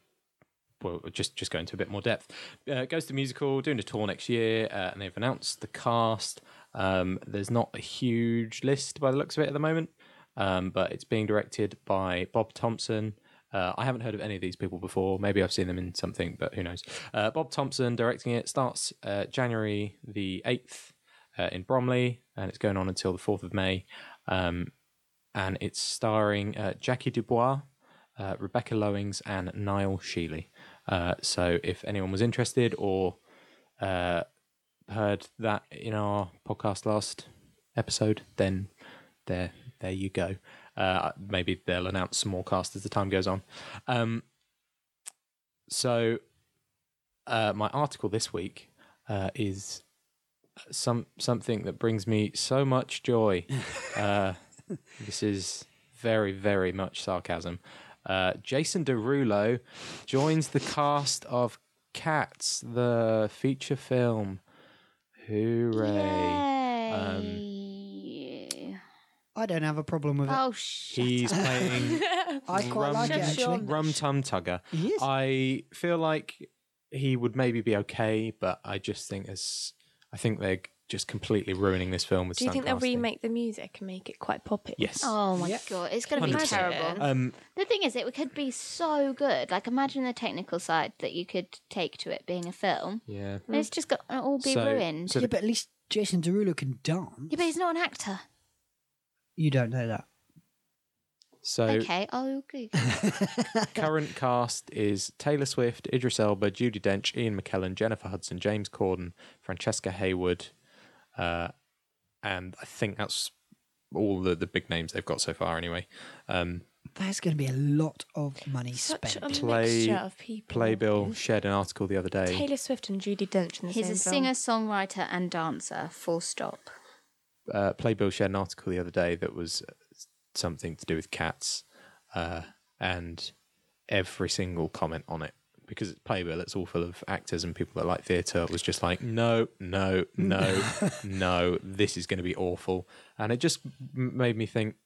Speaker 4: we'll just just go into a bit more depth. Uh, goes to musical, doing a tour next year, uh, and they've announced the cast. Um, there's not a huge list by the looks of it at the moment, um, but it's being directed by Bob Thompson. Uh, I haven't heard of any of these people before. Maybe I've seen them in something, but who knows? Uh, Bob Thompson directing it starts uh, January the 8th uh, in Bromley, and it's going on until the 4th of May. Um, and it's starring uh, Jackie Dubois, uh, Rebecca Lowings, and Niall Sheely. Uh, so if anyone was interested or uh, heard that in our podcast last episode, then there, there you go. Uh, maybe they'll announce some more cast as the time goes on. Um, so uh, my article this week uh, is some something that brings me so much joy. Uh, this is very, very much sarcasm. Uh, Jason Derulo joins the cast of Cats, the feature film. Hooray! Um,
Speaker 2: Yay.
Speaker 1: I don't have a problem with it.
Speaker 2: oh, shit.
Speaker 4: He's playing
Speaker 1: I quite
Speaker 4: Rum-
Speaker 1: like it,
Speaker 3: Shut your
Speaker 1: actually.
Speaker 4: Rum Tum Tugger.
Speaker 1: He is.
Speaker 4: I feel like he would maybe be okay, but I just think as I think they're just completely ruining this film with
Speaker 3: do you
Speaker 4: stunt
Speaker 3: think they'll
Speaker 4: casting.
Speaker 3: remake the music and make it quite poppy?
Speaker 4: Yes.
Speaker 2: Oh my
Speaker 1: Yeah.
Speaker 2: god, it's going to be
Speaker 4: 100%.
Speaker 2: terrible.
Speaker 4: Um,
Speaker 2: the thing is, it could be so good. Like, imagine the technical side that you could take to it being a film.
Speaker 4: yeah.
Speaker 2: And It's just got it'll all be
Speaker 4: So-
Speaker 2: ruined.
Speaker 4: so-
Speaker 1: yeah, but at least Jason Derulo can dance.
Speaker 2: yeah, but he's not an actor.
Speaker 1: You don't know that.
Speaker 4: So
Speaker 2: okay, oh, I'll Google.
Speaker 4: current cast is Taylor Swift, Idris Elba, Judy Dench, Ian McKellen, Jennifer Hudson, James Corden, Francesca Hayward, uh, and I think that's all the, the big names they've got so far. Anyway, um,
Speaker 1: That's going to be a lot of money
Speaker 3: Such a
Speaker 1: spent.
Speaker 4: Play-
Speaker 3: mixture of people.
Speaker 4: Playbill shared an article the other day.
Speaker 3: Taylor Swift and Judy Dench in the
Speaker 2: He's
Speaker 3: same
Speaker 2: a singer,
Speaker 3: film.
Speaker 2: songwriter, and dancer. Full stop.
Speaker 4: uh, Playbill shared an article the other day that was something to do with cats, uh, and every single comment on it because it's Playbill, it's all full of actors and people that like theatre. was just like, no, no, no, no, this is going to be awful, and it just m- made me think,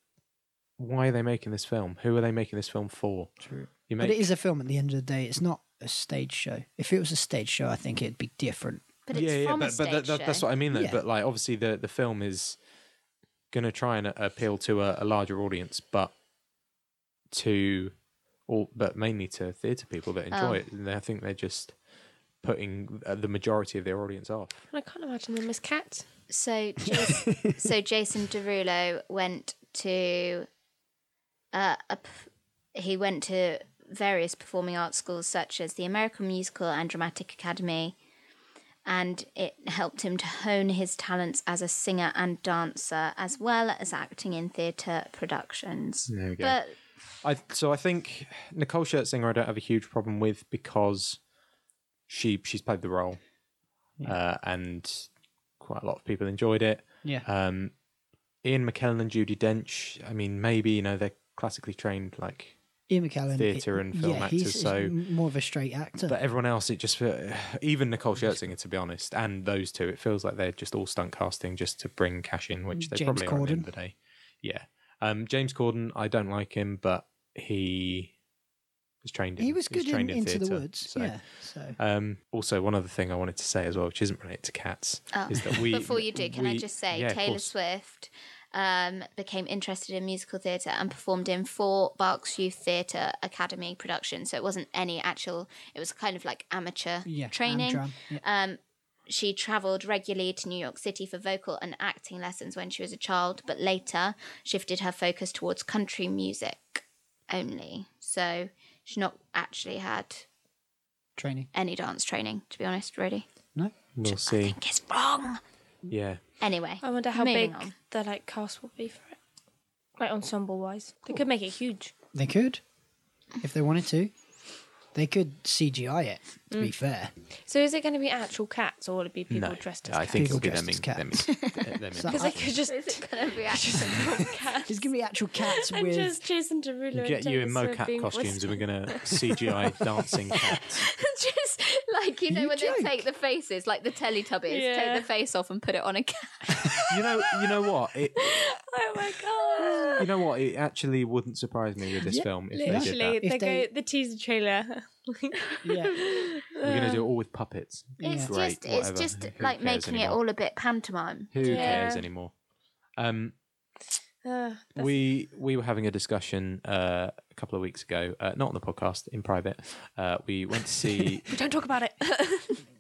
Speaker 4: why are they making this film? Who are they making this film for? True, you
Speaker 1: But
Speaker 4: make
Speaker 1: it is a film at the end of the day. It's not a stage show. If it was a stage show, I think it'd be different.
Speaker 2: But it's from a
Speaker 4: but,
Speaker 2: stage
Speaker 4: but that, that,
Speaker 2: show.
Speaker 4: that's what I mean though.
Speaker 1: Yeah.
Speaker 4: But like, obviously, the the film is going to try and appeal to a, a larger audience, but to all, but mainly to theatre people that enjoy
Speaker 2: Oh.
Speaker 4: it. And I think they're just putting uh, the majority of their audience off.
Speaker 3: I can't imagine them as cats.
Speaker 2: So, Jason, so Jason Derulo went to uh, a p- he went to various performing arts schools such as the American Musical and Dramatic Academy, and it helped him to hone his talents as a singer and dancer, as well as acting in theatre productions.
Speaker 4: There we go.
Speaker 2: But
Speaker 4: I so I think Nicole Scherzinger I don't have a huge problem with because she she's played the role, uh, and quite a lot of people enjoyed it.
Speaker 1: Yeah.
Speaker 4: Um, Ian McKellen and Judy Dench. I mean, maybe you know they're classically trained, like,
Speaker 1: Ian McKellen.
Speaker 4: theatre and film
Speaker 1: yeah,
Speaker 4: actors,
Speaker 1: he's,
Speaker 4: so-
Speaker 1: he's m- more of a straight actor.
Speaker 4: but everyone else, it just fe- even Nicole Scherzinger, to be honest, and those two, it feels like they're just all stunt casting just to bring cash in, which they
Speaker 1: James
Speaker 4: probably are at the end
Speaker 1: Corden.
Speaker 4: of the day. Yeah, um, James Corden, I don't like him, but he was trained. In,
Speaker 1: he was good in
Speaker 4: trained
Speaker 1: Into the
Speaker 4: theatre,
Speaker 1: Woods.
Speaker 4: so-
Speaker 1: Yeah. So
Speaker 4: Um, also, one other thing I wanted to say as well, which isn't related to cats,
Speaker 2: Oh,
Speaker 4: is that we.
Speaker 2: before you do, can I
Speaker 4: we-
Speaker 2: just say
Speaker 4: yeah, of
Speaker 2: Taylor
Speaker 4: course.
Speaker 2: Swift um, became interested in musical theatre and performed in four Barks Youth Theatre Academy productions. So it wasn't any actual; it was kind of like amateur
Speaker 1: yeah.
Speaker 2: training.
Speaker 1: Amdram, yeah.
Speaker 2: Um, she travelled regularly to New York City for vocal and acting lessons when she was a child, but later shifted her focus towards country music only. So she's not actually had
Speaker 1: training.
Speaker 2: any dance training, to be honest, really.
Speaker 1: No.
Speaker 4: We'll
Speaker 2: I
Speaker 4: see.
Speaker 2: think it's wrong.
Speaker 4: Yeah.
Speaker 2: Anyway,
Speaker 3: I wonder how
Speaker 2: moving
Speaker 3: big
Speaker 2: on.
Speaker 3: the like cast will be for it, like ensemble wise. They could make it huge.
Speaker 1: They could, if they wanted to. They could CGI it, to
Speaker 3: Mm.
Speaker 1: be fair.
Speaker 3: So is it going to be actual cats or will it be people
Speaker 4: no,
Speaker 3: dressed as
Speaker 4: I
Speaker 3: cats?
Speaker 4: think it'll be
Speaker 1: People
Speaker 4: them in,
Speaker 1: dressed
Speaker 4: them
Speaker 1: as
Speaker 4: in, them in
Speaker 1: So-
Speaker 3: because they could just
Speaker 2: Gonna be actually-
Speaker 1: It's going to be actual cats
Speaker 3: I'm
Speaker 1: with.
Speaker 3: just chasing Derulo.
Speaker 4: We'll
Speaker 3: and
Speaker 4: get you in
Speaker 3: Taylor Swift
Speaker 4: mocap
Speaker 3: being
Speaker 4: costumes
Speaker 3: whisked.
Speaker 4: and we're going to CGI dancing cats.
Speaker 2: just like you know
Speaker 1: You
Speaker 2: when
Speaker 1: joke.
Speaker 2: they take the faces, like the Teletubbies,
Speaker 3: Yeah.
Speaker 2: take the face off and put it on a cat.
Speaker 4: You know, you know what? It,
Speaker 3: Oh my god!
Speaker 4: you know what? It actually wouldn't surprise me with this
Speaker 1: Yeah,
Speaker 4: film if they
Speaker 3: Literally,
Speaker 4: did
Speaker 1: If
Speaker 3: they,
Speaker 1: they-
Speaker 3: go the teaser trailer.
Speaker 1: yeah.
Speaker 4: that. We're going to do it all with puppets.
Speaker 2: It's
Speaker 4: Great,
Speaker 2: just it's
Speaker 4: whatever.
Speaker 2: just
Speaker 4: Who
Speaker 2: like
Speaker 4: cares
Speaker 2: making it
Speaker 4: anymore?
Speaker 2: all a bit pantomime.
Speaker 4: Who cares
Speaker 3: Yeah.
Speaker 4: anymore? Um,
Speaker 3: Uh, that's-
Speaker 4: we we were having a discussion uh, a couple of weeks ago, uh, not on the podcast, in private. Uh, we went to see.
Speaker 3: don't talk about it.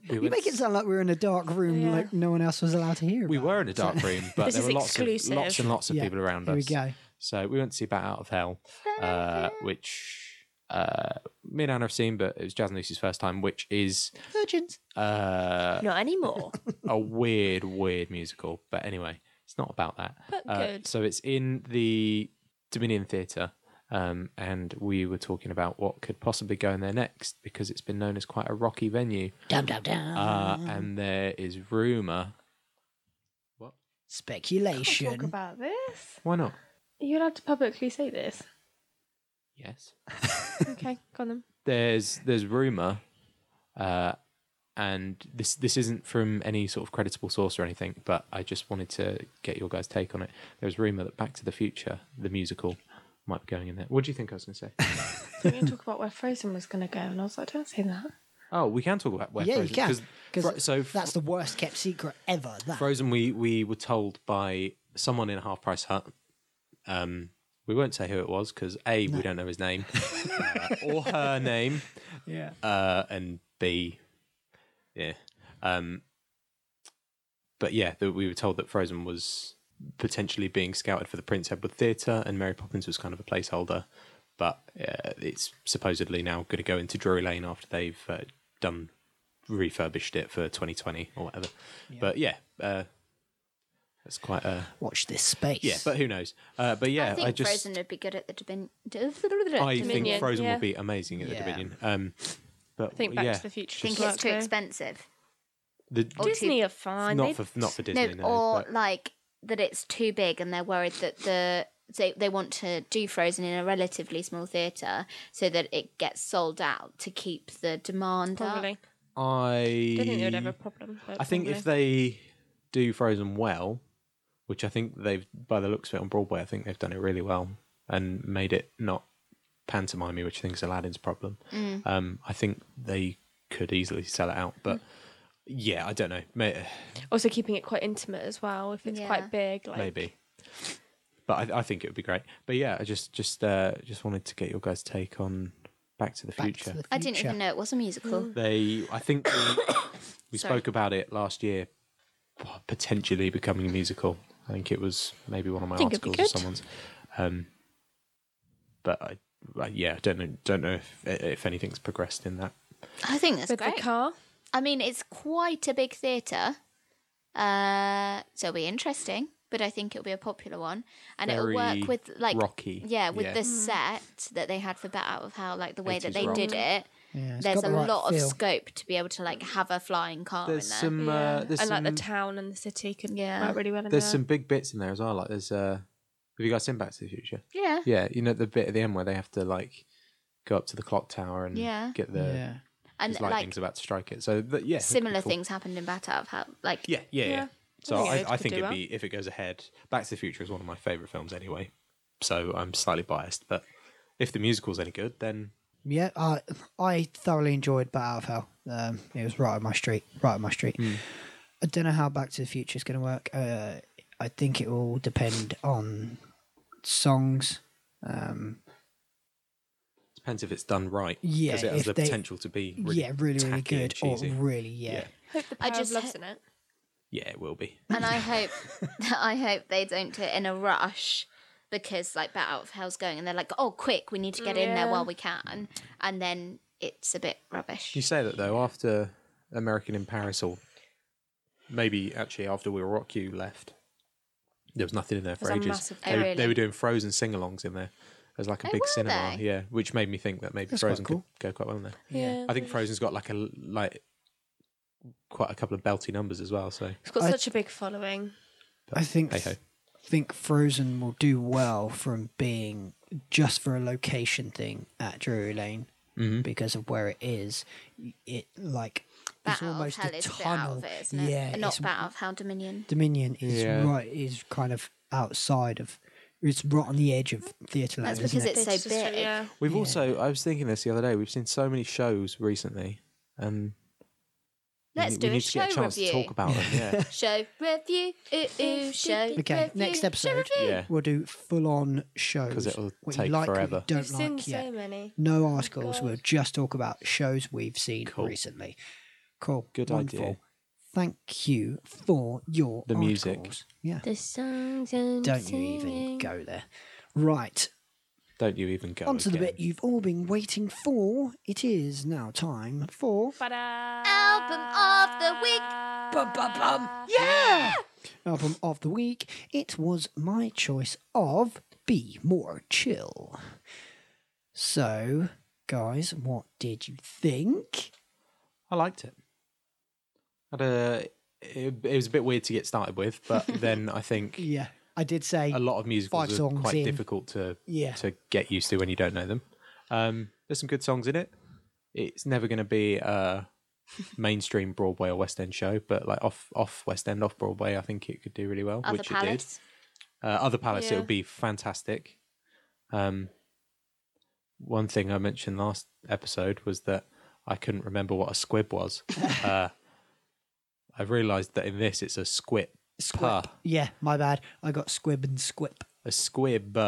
Speaker 4: we
Speaker 1: You
Speaker 4: went
Speaker 1: make it sound like we're in a dark room,
Speaker 3: Yeah.
Speaker 1: like no one else was allowed to hear.
Speaker 4: we
Speaker 1: about
Speaker 4: were
Speaker 1: it.
Speaker 4: in a dark room, but
Speaker 3: This
Speaker 4: there
Speaker 3: is
Speaker 4: were lots
Speaker 3: exclusive.
Speaker 4: of lots and lots of
Speaker 1: Yeah,
Speaker 4: people around
Speaker 1: Here we
Speaker 4: us.
Speaker 1: go.
Speaker 4: So we went to see Bat Out of Hell, uh, which uh, me and Anna have seen, but it was Jazz and Lucy's first time, which is
Speaker 1: Virgins.
Speaker 4: uh,
Speaker 3: Not anymore.
Speaker 4: a weird, weird musical. But anyway, it's not about that.
Speaker 3: But
Speaker 4: Uh,
Speaker 3: good.
Speaker 4: so it's in the Dominion Theatre, um, and we were talking about what could possibly go in there next because it's been known as quite a rocky venue.
Speaker 1: Dum dum dum.
Speaker 4: Uh,
Speaker 3: Ah.
Speaker 4: and there is rumour. What?
Speaker 3: talk
Speaker 1: Speculation.
Speaker 3: about this.
Speaker 4: Why not?
Speaker 3: Are you allowed to publicly say this?
Speaker 4: Yes.
Speaker 3: Okay, go on then.
Speaker 4: there's there's rumor, uh, and this this isn't from any sort of creditable source or anything, but I just wanted to get your guys' take on it. There's rumor that Back to the Future, the musical, might be going in there. What do you think I was going to say?
Speaker 3: We're going to talk about where Frozen was going to go, and I was like, don't say that.
Speaker 4: oh, we can talk about where
Speaker 1: Yeah, you
Speaker 4: Frozen.
Speaker 1: can.
Speaker 4: 'cause
Speaker 1: 'cause
Speaker 4: Fro- so Fro-
Speaker 1: That's the worst kept secret ever. That.
Speaker 4: Frozen, we we were told by someone in a half price hut. Um, we won't say who it was because a we don't know his name uh, or her name.
Speaker 1: yeah.
Speaker 4: uh, and B, yeah. Um, but yeah, that we were told that Frozen was potentially being scouted for the Prince Edward Theatre, and Mary Poppins was kind of a placeholder. But uh, it's supposedly now going to go into Drury Lane after they've uh, done refurbished it for 2020 or whatever. But yeah, uh, that's quite a
Speaker 1: Watch this space.
Speaker 4: yeah. But who knows? Uh, but
Speaker 2: I
Speaker 4: yeah, I,
Speaker 2: think
Speaker 4: just
Speaker 2: Frozen would be good at the Dominion.
Speaker 4: I think
Speaker 3: Dominion,
Speaker 4: Frozen
Speaker 3: yeah.
Speaker 4: will be amazing at
Speaker 1: Yeah.
Speaker 4: the Dominion. Um, but
Speaker 3: I think Back
Speaker 4: yeah,
Speaker 3: to the Future.
Speaker 2: think
Speaker 3: would
Speaker 2: it's too
Speaker 3: work, though.
Speaker 2: expensive.
Speaker 4: the
Speaker 2: Or
Speaker 3: Disney
Speaker 2: too-
Speaker 3: are fine.
Speaker 4: not
Speaker 3: They-
Speaker 4: for not for
Speaker 2: No,
Speaker 4: Disney. No,
Speaker 2: or
Speaker 4: but-
Speaker 2: like that it's too big, and they're worried that the they they want to do Frozen in a relatively small theatre so that it gets sold out to keep the demand
Speaker 3: Probably.
Speaker 2: up.
Speaker 4: I
Speaker 3: Don't think they would have a problem. but
Speaker 4: I think if
Speaker 3: probably.
Speaker 4: they do Frozen well, which I think they've by the looks of it on Broadway, I think they've done it really well and made it not pantomimey, which I think is Aladdin's problem.
Speaker 3: Mm.
Speaker 4: Um, I think they could easily sell it out, but yeah, I don't know. May-
Speaker 3: also keeping it quite intimate as well, if it's
Speaker 2: Yeah.
Speaker 3: quite big, like
Speaker 4: maybe. But I, I think it would be great. But yeah, I just just uh, just wanted to get your guys' take on Back to the
Speaker 1: Back
Speaker 4: Future.
Speaker 1: to the
Speaker 2: I didn't
Speaker 1: future.
Speaker 2: even know it was a musical.
Speaker 3: Mm.
Speaker 4: They, I think, we, we
Speaker 2: Sorry.
Speaker 4: spoke about it last year, p- potentially becoming a musical. I think it was maybe one of my
Speaker 3: Think it'd be
Speaker 4: articles or
Speaker 3: good.
Speaker 4: someone's. Um, but I, I, yeah, don't know, don't know if if anything's progressed in that.
Speaker 2: I think that's
Speaker 3: with
Speaker 2: great.
Speaker 3: the car.
Speaker 2: I mean, it's quite a big theatre, uh, so it'll be interesting. But I think it'll be a popular one, and it'll
Speaker 4: Very
Speaker 2: work with like
Speaker 4: rocky,
Speaker 2: Yeah, with
Speaker 4: yeah.
Speaker 1: Mm.
Speaker 2: the set that they had for Bat Out of Hell, like the way that
Speaker 4: 80s
Speaker 2: they
Speaker 4: rock.
Speaker 2: did it.
Speaker 1: Yeah, it's
Speaker 2: there's
Speaker 1: got
Speaker 2: a
Speaker 1: the right
Speaker 2: lot
Speaker 1: feel.
Speaker 2: of scope to be able to like have a flying car
Speaker 4: There's
Speaker 2: in there.
Speaker 4: some, uh,
Speaker 3: Oh, Yeah.
Speaker 4: there's
Speaker 3: and like
Speaker 4: some-
Speaker 3: the town and the city could
Speaker 2: Yeah.
Speaker 3: work really well in
Speaker 4: There's
Speaker 3: there.
Speaker 4: some big bits in there as well. Like there's, uh, have you guys seen Back to the Future?
Speaker 2: yeah.
Speaker 4: Yeah, you know the bit at the end where they have to like go up to the clock tower and
Speaker 2: Yeah.
Speaker 4: get the
Speaker 1: Yeah.
Speaker 2: and
Speaker 4: his
Speaker 2: like
Speaker 4: lightning's about to strike it. So th- yeah, it'd be
Speaker 2: similar
Speaker 4: cool.
Speaker 2: things happened in Bat Out of Hell. Like
Speaker 4: Yeah, yeah, yeah.
Speaker 3: Yeah.
Speaker 4: So
Speaker 3: I think it
Speaker 4: I, I
Speaker 3: could
Speaker 4: think
Speaker 3: do
Speaker 4: it'd
Speaker 3: well.
Speaker 4: be if it goes ahead. Back to the Future is one of my favourite films anyway, so I'm slightly biased. But if the musical's any good, then
Speaker 1: Yeah, I I thoroughly enjoyed Bat Out of Hell. Um, it was right up my street, right up my street.
Speaker 4: Hmm.
Speaker 1: I don't know how Back to the Future is going to work. Uh, I think it will depend on songs. Um,
Speaker 4: depends if it's done right.
Speaker 1: Yeah,
Speaker 4: because it has
Speaker 1: if
Speaker 4: the
Speaker 1: they-
Speaker 4: potential to be really
Speaker 1: yeah, really, really
Speaker 4: tacky and
Speaker 1: good, or
Speaker 4: cheesy.
Speaker 1: really, yeah.
Speaker 4: Yeah.
Speaker 3: Hope the
Speaker 2: I
Speaker 3: power I
Speaker 2: just
Speaker 3: just loves
Speaker 2: ho-
Speaker 3: in it.
Speaker 4: yeah, it will be.
Speaker 2: and I hope I hope they don't do it in a rush because like Bat Out of Hell's going and they're like, oh, quick, we need to get in there
Speaker 3: Yeah.
Speaker 2: while we can, and then it's a bit rubbish.
Speaker 4: You say that though after American in Paris or maybe actually after We Will Rock You left, there was nothing in there for
Speaker 3: There's a
Speaker 4: ages.
Speaker 3: massive
Speaker 4: they,
Speaker 2: gap. Oh,
Speaker 4: they
Speaker 2: really?
Speaker 4: were doing Frozen sing-alongs in there. There's like a
Speaker 2: Oh,
Speaker 4: big
Speaker 2: were
Speaker 4: cinema,
Speaker 2: they?
Speaker 4: yeah, which made me think that maybe
Speaker 1: That's quite
Speaker 4: Frozen
Speaker 1: cool.
Speaker 4: could go quite well in there.
Speaker 3: Yeah.
Speaker 4: I think Frozen's got like a l- like quite a couple of belty numbers as well. So
Speaker 3: It's got
Speaker 1: I-
Speaker 3: such a big following.
Speaker 1: I think
Speaker 4: hey-ho.
Speaker 1: think Frozen will do well from being just for a location thing at Drury Lane
Speaker 4: Mm-hmm.
Speaker 1: because of where it is. It like it's
Speaker 2: Battle
Speaker 1: almost
Speaker 2: of Hell
Speaker 1: a
Speaker 2: is a bit
Speaker 1: tunnel.
Speaker 2: out of it, isn't it?
Speaker 1: Yeah,
Speaker 2: Not
Speaker 1: it's-
Speaker 2: Battle of Hell Dominion.
Speaker 1: Dominion is
Speaker 4: Yeah.
Speaker 1: right is kind of outside of it's right on the edge of Theatre Lane.
Speaker 2: That's
Speaker 1: isn't
Speaker 2: because
Speaker 1: it?
Speaker 2: it's so
Speaker 3: It's just-
Speaker 2: big.
Speaker 3: Yeah.
Speaker 4: we've also I was thinking this the other day. We've seen so many shows recently, and we
Speaker 2: Let's
Speaker 4: ne- we,
Speaker 2: do a
Speaker 4: need to
Speaker 2: show
Speaker 4: get a chance to
Speaker 2: review.
Speaker 4: talk about them. Yeah,
Speaker 2: Show review. Ooh, ooh, show.
Speaker 1: Okay,
Speaker 2: review,
Speaker 1: next
Speaker 2: show
Speaker 1: episode.
Speaker 2: review.
Speaker 4: yeah.
Speaker 1: We'll do full on shows
Speaker 4: 'Cause it'll
Speaker 1: what you
Speaker 4: take
Speaker 1: like,
Speaker 4: forever.
Speaker 1: What you don't
Speaker 3: We've seen
Speaker 1: like yet.
Speaker 3: so many.
Speaker 1: No articles.
Speaker 3: God.
Speaker 1: We'll just talk about shows we've seen
Speaker 4: Oh Cool.
Speaker 1: recently. Cool.
Speaker 4: Good
Speaker 1: Wonderful.
Speaker 4: idea.
Speaker 1: Thank you for your
Speaker 4: The music.
Speaker 1: articles. Yeah.
Speaker 5: The songs and
Speaker 1: Don't you even go there. Right.
Speaker 4: Don't you even go
Speaker 1: On to the
Speaker 4: again.
Speaker 1: bit you've all been waiting for. It is now time for.
Speaker 2: Album of the week.
Speaker 1: Yeah! Album of the week. It was my choice of Be More Chill. So, guys, what did you think?
Speaker 4: I liked it. Had a, it, it was a bit weird to get started with, but then I think
Speaker 1: Yeah, I did say.
Speaker 4: a lot of
Speaker 1: Five
Speaker 4: musicals are
Speaker 1: songs
Speaker 4: quite
Speaker 1: in.
Speaker 4: difficult to
Speaker 1: Yeah.
Speaker 4: to get used to when you don't know them. Um, there's some good songs in it. It's never going to be a mainstream Broadway or West End show, but like off off West End, off Broadway, I think it could do really well,
Speaker 2: Other
Speaker 4: which it did.
Speaker 2: Palace.
Speaker 4: Uh, Other Palace, it
Speaker 3: Yeah.
Speaker 4: would be fantastic. Um, one thing I mentioned last episode was that I couldn't remember what a squib was. uh, I've realised that in this, it's a squip.
Speaker 1: Squip. Yeah, my bad. I got squib and squip
Speaker 4: A squib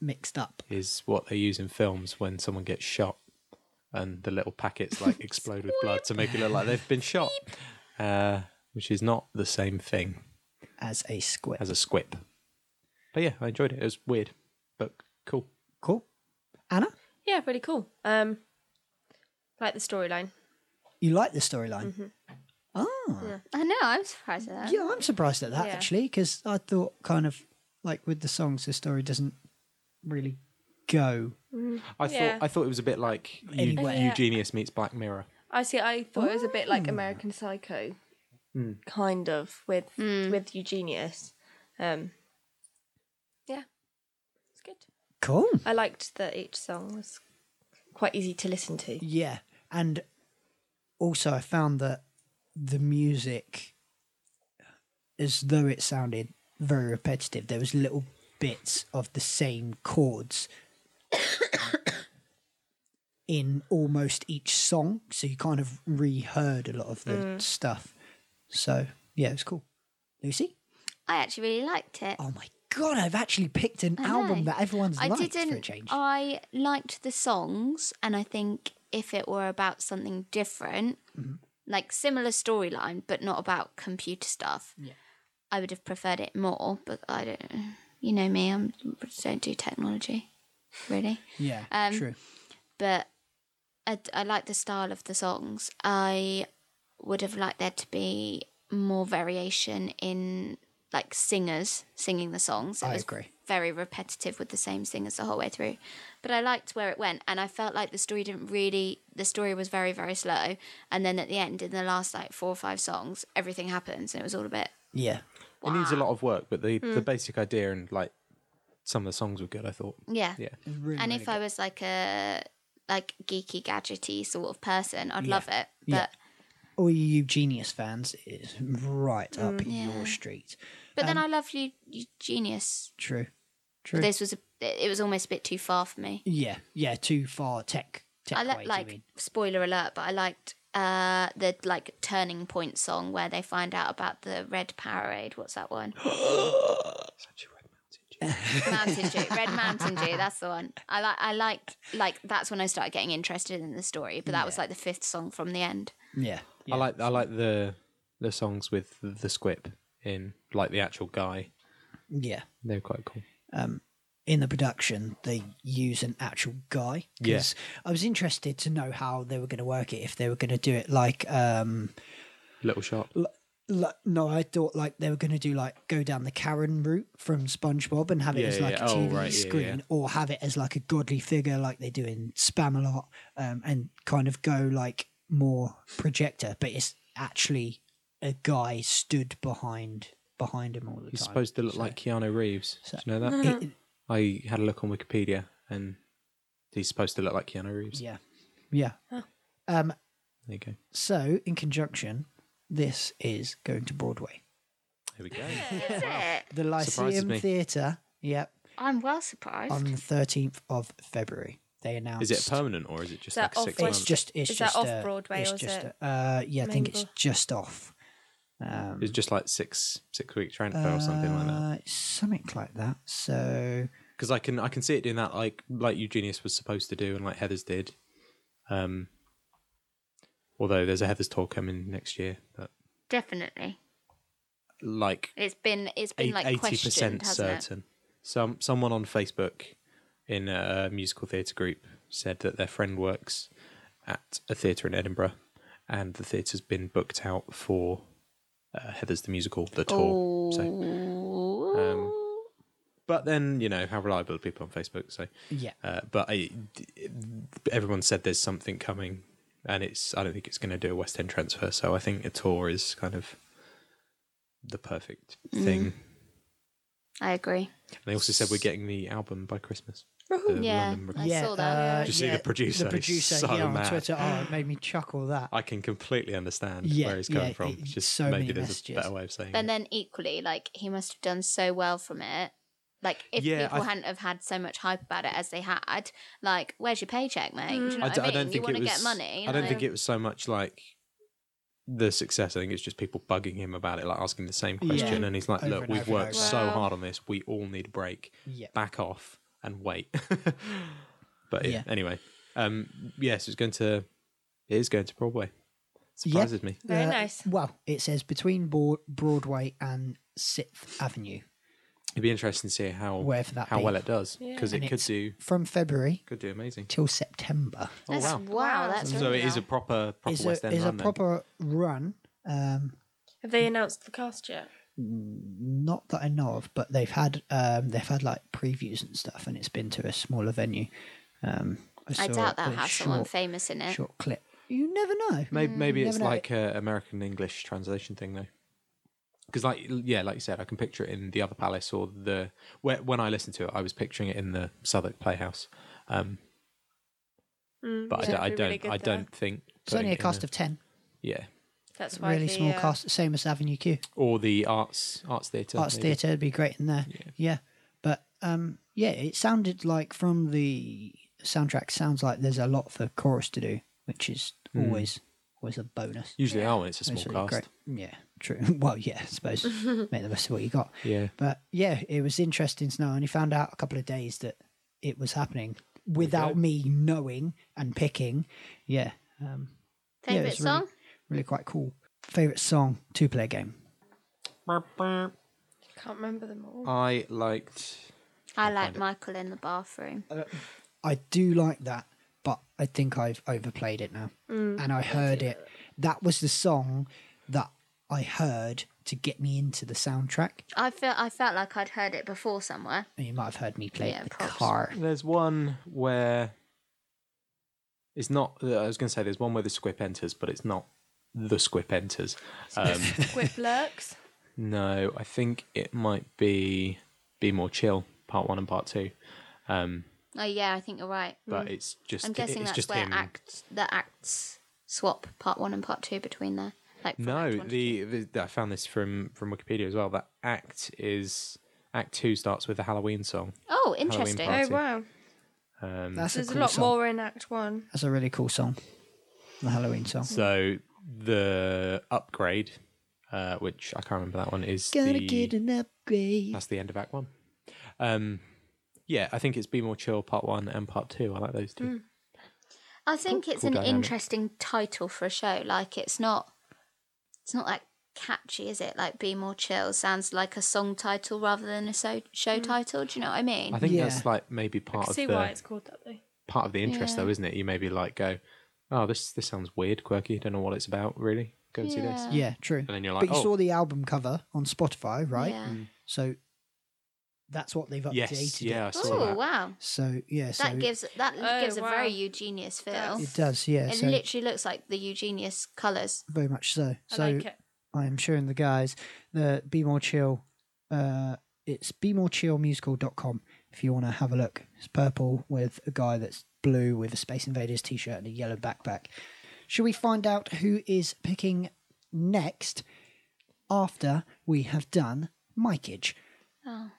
Speaker 1: mixed up.
Speaker 4: is what they use in films when someone gets shot and the little packets like explode with blood to make it look like they've been shot, uh, which is not the same thing
Speaker 1: as a squid.
Speaker 4: as a squib. But yeah, I enjoyed it. It was weird, but cool.
Speaker 1: cool. Anna,
Speaker 3: Yeah, really cool. Um, like the storyline.
Speaker 1: you like the storyline? Ah, yeah.
Speaker 2: I know. I'm surprised at that.
Speaker 1: I'm surprised at that
Speaker 3: Yeah.
Speaker 1: actually, because I thought kind of like with the songs, the story doesn't really go.
Speaker 4: I
Speaker 3: Yeah.
Speaker 4: thought I thought it was a bit like Eu-
Speaker 1: Anyway.
Speaker 4: Eugenius meets Black Mirror.
Speaker 3: I see. I thought it was a bit like American Psycho, kind of with
Speaker 1: Hmm.
Speaker 3: with Eugenius. Um, yeah, it's good.
Speaker 1: Cool.
Speaker 3: I liked that each song was quite easy to listen to.
Speaker 1: Yeah, and also I found that the music, as though it sounded very repetitive, there was little bits of the same chords in almost each song, so you kind of reheard a lot of the
Speaker 2: Mm.
Speaker 1: stuff. So yeah, it was cool. Lucy,
Speaker 2: I actually really liked it.
Speaker 1: oh my god, I've actually picked an
Speaker 2: I
Speaker 1: album
Speaker 2: know.
Speaker 1: that everyone's
Speaker 2: I
Speaker 1: liked
Speaker 2: didn't.
Speaker 1: for a change.
Speaker 2: I liked the songs, and I think if it were about something different,
Speaker 1: Mm-hmm.
Speaker 2: like similar storyline, but not about computer stuff, I would have preferred it more. But I don't. You know me. I'm don't do technology, really.
Speaker 1: yeah,
Speaker 2: um,
Speaker 1: true.
Speaker 2: But I, I like the style of the songs. I would have liked there to be more variation in like singers singing the songs. It
Speaker 1: I
Speaker 2: was
Speaker 1: agree.
Speaker 2: very repetitive with the same singers the whole way through. But I liked where it went, and I felt like the story didn't really. The story was very, very slow, and then at the end, in the last like four or five songs, everything happens, and it was all a bit.
Speaker 1: Yeah,
Speaker 4: It needs a lot of work, but the,
Speaker 1: Hmm.
Speaker 4: the basic idea and like some of the songs were good. I thought.
Speaker 2: Yeah.
Speaker 4: Yeah.
Speaker 1: really,
Speaker 2: and
Speaker 1: really
Speaker 2: if I was like a like geeky gadgety sort of person, I'd love it. But
Speaker 1: Yeah. all you Eugenius fans is right up
Speaker 2: Mm,
Speaker 1: your street.
Speaker 2: but then I love you, you genius.
Speaker 1: True. True.
Speaker 2: But this was a, it was almost a bit too far for me.
Speaker 1: yeah, yeah, too far tech tech
Speaker 2: I
Speaker 1: way,
Speaker 2: li-
Speaker 1: do you
Speaker 2: like
Speaker 1: mean?
Speaker 2: spoiler alert, but I liked uh the like turning point song where they find out about the red parade. What's that one? Mountain Dew, Red Mountain Dew. That's the one. I like. I liked like that's when I started getting interested in the story. But that was like the fifth song from the end.
Speaker 1: Yeah. yeah.
Speaker 2: Oh.
Speaker 4: I like I like the the songs with the squib in like the actual guy.
Speaker 1: yeah.
Speaker 4: They're quite cool.
Speaker 1: In the production they use an actual guy. 'cause I was interested to know how they were gonna work it, if they were gonna do it like um
Speaker 4: Little shop.
Speaker 1: Like, no, I thought like they were going to do like go down the Karen route from SpongeBob and have it
Speaker 4: Yeah,
Speaker 1: as like
Speaker 4: yeah.
Speaker 1: a
Speaker 4: Oh,
Speaker 1: TV
Speaker 4: right, yeah,
Speaker 1: screen,
Speaker 4: yeah.
Speaker 1: or have it as like a godly figure like they do in Spam a lot, um, and kind of go like more projector, but it's actually a guy stood behind behind him all the
Speaker 4: He's
Speaker 1: time.
Speaker 4: supposed to look
Speaker 1: so-
Speaker 4: like Keanu Reeves. Do you know that?
Speaker 1: It-
Speaker 4: I had a look on Wikipedia, and he's supposed to look like Keanu Reeves.
Speaker 1: yeah, yeah. Um,
Speaker 4: There you go.
Speaker 1: so in conjunction, this is going to Broadway,
Speaker 4: Here we go.
Speaker 2: Is it?
Speaker 1: the
Speaker 4: Surprises
Speaker 1: Lyceum
Speaker 4: me.
Speaker 1: Theatre. Yep,
Speaker 2: I'm well surprised.
Speaker 1: on the thirteenth of February. They announced.
Speaker 4: Is it permanent or is it just
Speaker 3: Is that
Speaker 4: like six
Speaker 3: off-
Speaker 1: It's
Speaker 4: months?
Speaker 1: just. It's
Speaker 3: Is that
Speaker 1: just
Speaker 3: off
Speaker 1: uh,
Speaker 3: Broadway
Speaker 1: It's
Speaker 3: or is
Speaker 1: just,
Speaker 3: it
Speaker 1: Uh, yeah, I think
Speaker 3: main
Speaker 1: it's
Speaker 3: Broad-
Speaker 1: just off. Um,
Speaker 4: It's just like six six week transfer or something like that.
Speaker 1: uh, Something like that. So
Speaker 4: Because I can I can see it doing that like like Eugenius was supposed to do and like Heather's did. Um, although there's a Heather's tour coming next year, but
Speaker 2: Definitely.
Speaker 4: like
Speaker 2: It's been it's been like
Speaker 4: eighty
Speaker 2: questioned,
Speaker 4: percent
Speaker 2: hasn't
Speaker 4: certain. Some someone on Facebook in a musical theatre group said that their friend works at a theatre in Edinburgh, and the theatre's been booked out for uh, Heather's the musical, the
Speaker 2: it?
Speaker 4: tour.
Speaker 2: Oh.
Speaker 4: So,
Speaker 2: Ooh.
Speaker 4: but then you know how reliable are people on Facebook. So,
Speaker 1: yeah,
Speaker 4: uh, but I, everyone said there's something coming, and it's I don't think it's going to do a West End transfer. So I think a tour is kind of the perfect
Speaker 2: Mm.
Speaker 4: thing.
Speaker 2: I agree.
Speaker 4: And they also said we're getting the album by Christmas. The
Speaker 2: Yeah.
Speaker 4: London rec-
Speaker 2: I
Speaker 1: yeah.
Speaker 2: saw that.
Speaker 1: uh,
Speaker 4: Did you see
Speaker 1: yeah,
Speaker 4: the producer?
Speaker 1: The
Speaker 4: He's
Speaker 1: producer.
Speaker 4: so
Speaker 1: yeah, on
Speaker 4: mad.
Speaker 1: Twitter. Oh, it made me chuckle. That.
Speaker 4: I can completely understand
Speaker 1: Yeah,
Speaker 4: where he's coming
Speaker 1: yeah,
Speaker 4: from.
Speaker 1: it-
Speaker 4: Just
Speaker 1: so many
Speaker 4: maybe there's
Speaker 1: messages.
Speaker 4: a better way of saying
Speaker 2: But
Speaker 4: it.
Speaker 2: then equally, like he must have done so well from it. Like if
Speaker 4: Yeah,
Speaker 2: people
Speaker 4: I-
Speaker 2: hadn't have had so much hype about it as they had, like where's your paycheck, mate? Do you know
Speaker 4: Mm. I,
Speaker 2: what
Speaker 4: d-
Speaker 2: I
Speaker 4: I
Speaker 2: mean?
Speaker 4: don't
Speaker 2: you
Speaker 4: think
Speaker 2: want
Speaker 4: it
Speaker 2: to
Speaker 4: was.
Speaker 2: get money.
Speaker 4: I don't
Speaker 2: like-
Speaker 4: think it was so much like the success. I think it's just people bugging him about it, like asking the same
Speaker 1: Yeah.
Speaker 4: question, and he's like,
Speaker 1: Over
Speaker 4: "Look,
Speaker 1: and
Speaker 4: we've
Speaker 1: over and
Speaker 4: worked
Speaker 1: over.
Speaker 4: so
Speaker 3: Wow.
Speaker 4: hard on this. We all need a break.
Speaker 1: Yeah.
Speaker 4: Back off and wait." but yeah,
Speaker 1: Yeah.
Speaker 4: anyway, um, yes, it's going to. It is going to Broadway.
Speaker 1: Yeah.
Speaker 4: Surprises me.
Speaker 3: Very nice.
Speaker 1: Uh, Well, it says between Bo- Broadway and Sixth Avenue.
Speaker 4: It'd be interesting to see how
Speaker 1: Wherever that
Speaker 4: how
Speaker 1: be.
Speaker 4: well it does because
Speaker 1: And
Speaker 4: it could
Speaker 1: it's
Speaker 4: do
Speaker 1: From February
Speaker 4: could do amazing.
Speaker 1: till September.
Speaker 4: Oh
Speaker 2: That's,
Speaker 4: wow!
Speaker 2: wow, that's
Speaker 4: So
Speaker 2: really
Speaker 4: it is a
Speaker 2: well.
Speaker 4: proper proper
Speaker 1: Is
Speaker 4: West
Speaker 1: a,
Speaker 4: End
Speaker 1: is a
Speaker 4: run then.
Speaker 1: proper run. Um,
Speaker 3: Have they announced the cast yet?
Speaker 1: not that I know of, but they've had um, they've had like previews and stuff, and it's been to a smaller venue. Um,
Speaker 2: I
Speaker 1: saw
Speaker 2: doubt
Speaker 1: a
Speaker 4: oh,
Speaker 2: they'll have someone
Speaker 1: short-
Speaker 2: famous in it.
Speaker 1: Short clip. You never know.
Speaker 4: Maybe, maybe
Speaker 1: you
Speaker 4: it's
Speaker 1: never know.
Speaker 4: like a American English translation thing though, because like yeah, like you said, I can picture it in the other palace or the where, when I listened to it, I was picturing it in the Southwark Playhouse. Um,
Speaker 1: Hmm.
Speaker 3: Mm,
Speaker 4: but I
Speaker 3: yeah,
Speaker 4: don't, I
Speaker 3: it'd be
Speaker 4: don't,
Speaker 3: really good
Speaker 4: I
Speaker 3: there.
Speaker 4: don't think
Speaker 1: It's only a
Speaker 4: putting it in
Speaker 1: cast
Speaker 4: a-
Speaker 1: of ten.
Speaker 4: yeah,
Speaker 3: That's why
Speaker 1: Really
Speaker 3: the,
Speaker 1: small
Speaker 3: uh,
Speaker 1: cast, same as Avenue Q.
Speaker 4: or the arts arts theatre.
Speaker 1: Arts
Speaker 4: maybe.
Speaker 1: Theatre would be great in there. Yeah. But um, yeah, it sounded like from the soundtrack sounds like there's a lot for chorus to do, which is always always a bonus.
Speaker 4: Usually are when it's a small
Speaker 1: It's really
Speaker 4: cast.
Speaker 1: great. Yeah, true. Well, yeah, I suppose make the best of what you got.
Speaker 4: Yeah.
Speaker 1: But yeah, it was interesting to know. And he found out a couple of days that it was happening without
Speaker 4: Okay.
Speaker 1: me knowing and picking. Yeah. yeah,
Speaker 2: Favorite
Speaker 1: it's really-
Speaker 2: song?
Speaker 1: Really quite cool. Favorite song, two player game.
Speaker 3: Can't remember them all.
Speaker 4: I liked.
Speaker 2: I like Michael in the bathroom.
Speaker 4: Uh,
Speaker 1: I do like that, but I think I've overplayed it now. and I heard it. That was the song that I heard to get me into the soundtrack.
Speaker 2: I felt I felt like I'd heard it before somewhere.
Speaker 1: And you might have heard me play it
Speaker 2: Yeah,
Speaker 1: in the
Speaker 2: props.
Speaker 1: car.
Speaker 4: There's one where it's not. I was going to say there's one where the squip enters, but it's not the squip enters. Um,
Speaker 3: Squib Lurks.
Speaker 1: Oh,
Speaker 4: No, I think it might be be more chill, part one and part two. Um,
Speaker 2: Oh yeah, I think you're right.
Speaker 4: but it's just
Speaker 2: Hmm. I'm guessing
Speaker 4: it's
Speaker 2: that's
Speaker 4: just
Speaker 2: where
Speaker 4: him.
Speaker 2: acts the acts swap part one and part two between there. Like from
Speaker 4: no,
Speaker 2: act one to two.
Speaker 4: the, the I found this from from Wikipedia as well. That act is act two starts with a Halloween song.
Speaker 2: oh interesting.
Speaker 4: part.
Speaker 3: Oh wow,
Speaker 4: Um,
Speaker 1: That's
Speaker 3: there's
Speaker 1: a
Speaker 3: a
Speaker 1: cool
Speaker 3: lot
Speaker 1: song.
Speaker 3: more in Act One.
Speaker 1: That's a really cool song. The Halloween song.
Speaker 2: Hmm.
Speaker 4: so the upgrade, uh, which I can't remember that one is
Speaker 1: Gotta
Speaker 4: the,
Speaker 1: get an upgrade.
Speaker 4: That's the end of Act One. Um, yeah, I think it's Be More Chill Part One and Part Two. I like those two.
Speaker 2: I think it's
Speaker 4: cool
Speaker 2: an
Speaker 4: dynamic.
Speaker 2: interesting title for a show. Like it's not it's not like catchy, is it? Like be more chill sounds like a song title rather than a so-
Speaker 3: Mm.
Speaker 2: show title. Do you know what I mean?
Speaker 4: I think
Speaker 1: Yeah.
Speaker 4: that's like maybe
Speaker 3: I
Speaker 4: part
Speaker 3: can
Speaker 4: of
Speaker 3: see
Speaker 4: the
Speaker 3: why it's called that though.
Speaker 4: part of the interest,
Speaker 2: Yeah.
Speaker 4: though, isn't it? You maybe like go, oh, this this sounds weird, quirky. Don't know what it's about really. Go and see this.
Speaker 2: Yeah.
Speaker 1: Yeah, true.
Speaker 4: And then you're
Speaker 1: But
Speaker 4: like,
Speaker 1: you
Speaker 4: oh, Mm.
Speaker 1: saw the album cover on Spotify, right?
Speaker 2: Yeah.
Speaker 1: So that's what they've updated.
Speaker 4: yes, yeah, I
Speaker 1: It.
Speaker 4: saw
Speaker 2: Oh
Speaker 4: that.
Speaker 2: wow,
Speaker 1: So yeah, so
Speaker 2: that gives that
Speaker 3: Oh,
Speaker 2: gives a very
Speaker 3: wow.
Speaker 2: Eugenius feel.
Speaker 3: That's-
Speaker 1: it does. Yeah,
Speaker 2: It
Speaker 1: so
Speaker 2: literally looks like the Eugenius colours.
Speaker 1: very much so.
Speaker 3: I
Speaker 1: So
Speaker 3: like it.
Speaker 1: I am showing the guys the Be More Chill. Uh, it's be more chill musical.com if you want to have a look. It's purple with a guy that's blue with a Space Invaders t shirt and a yellow backpack. Shall we find out who is picking next after we have done Mikeage?
Speaker 2: Oh.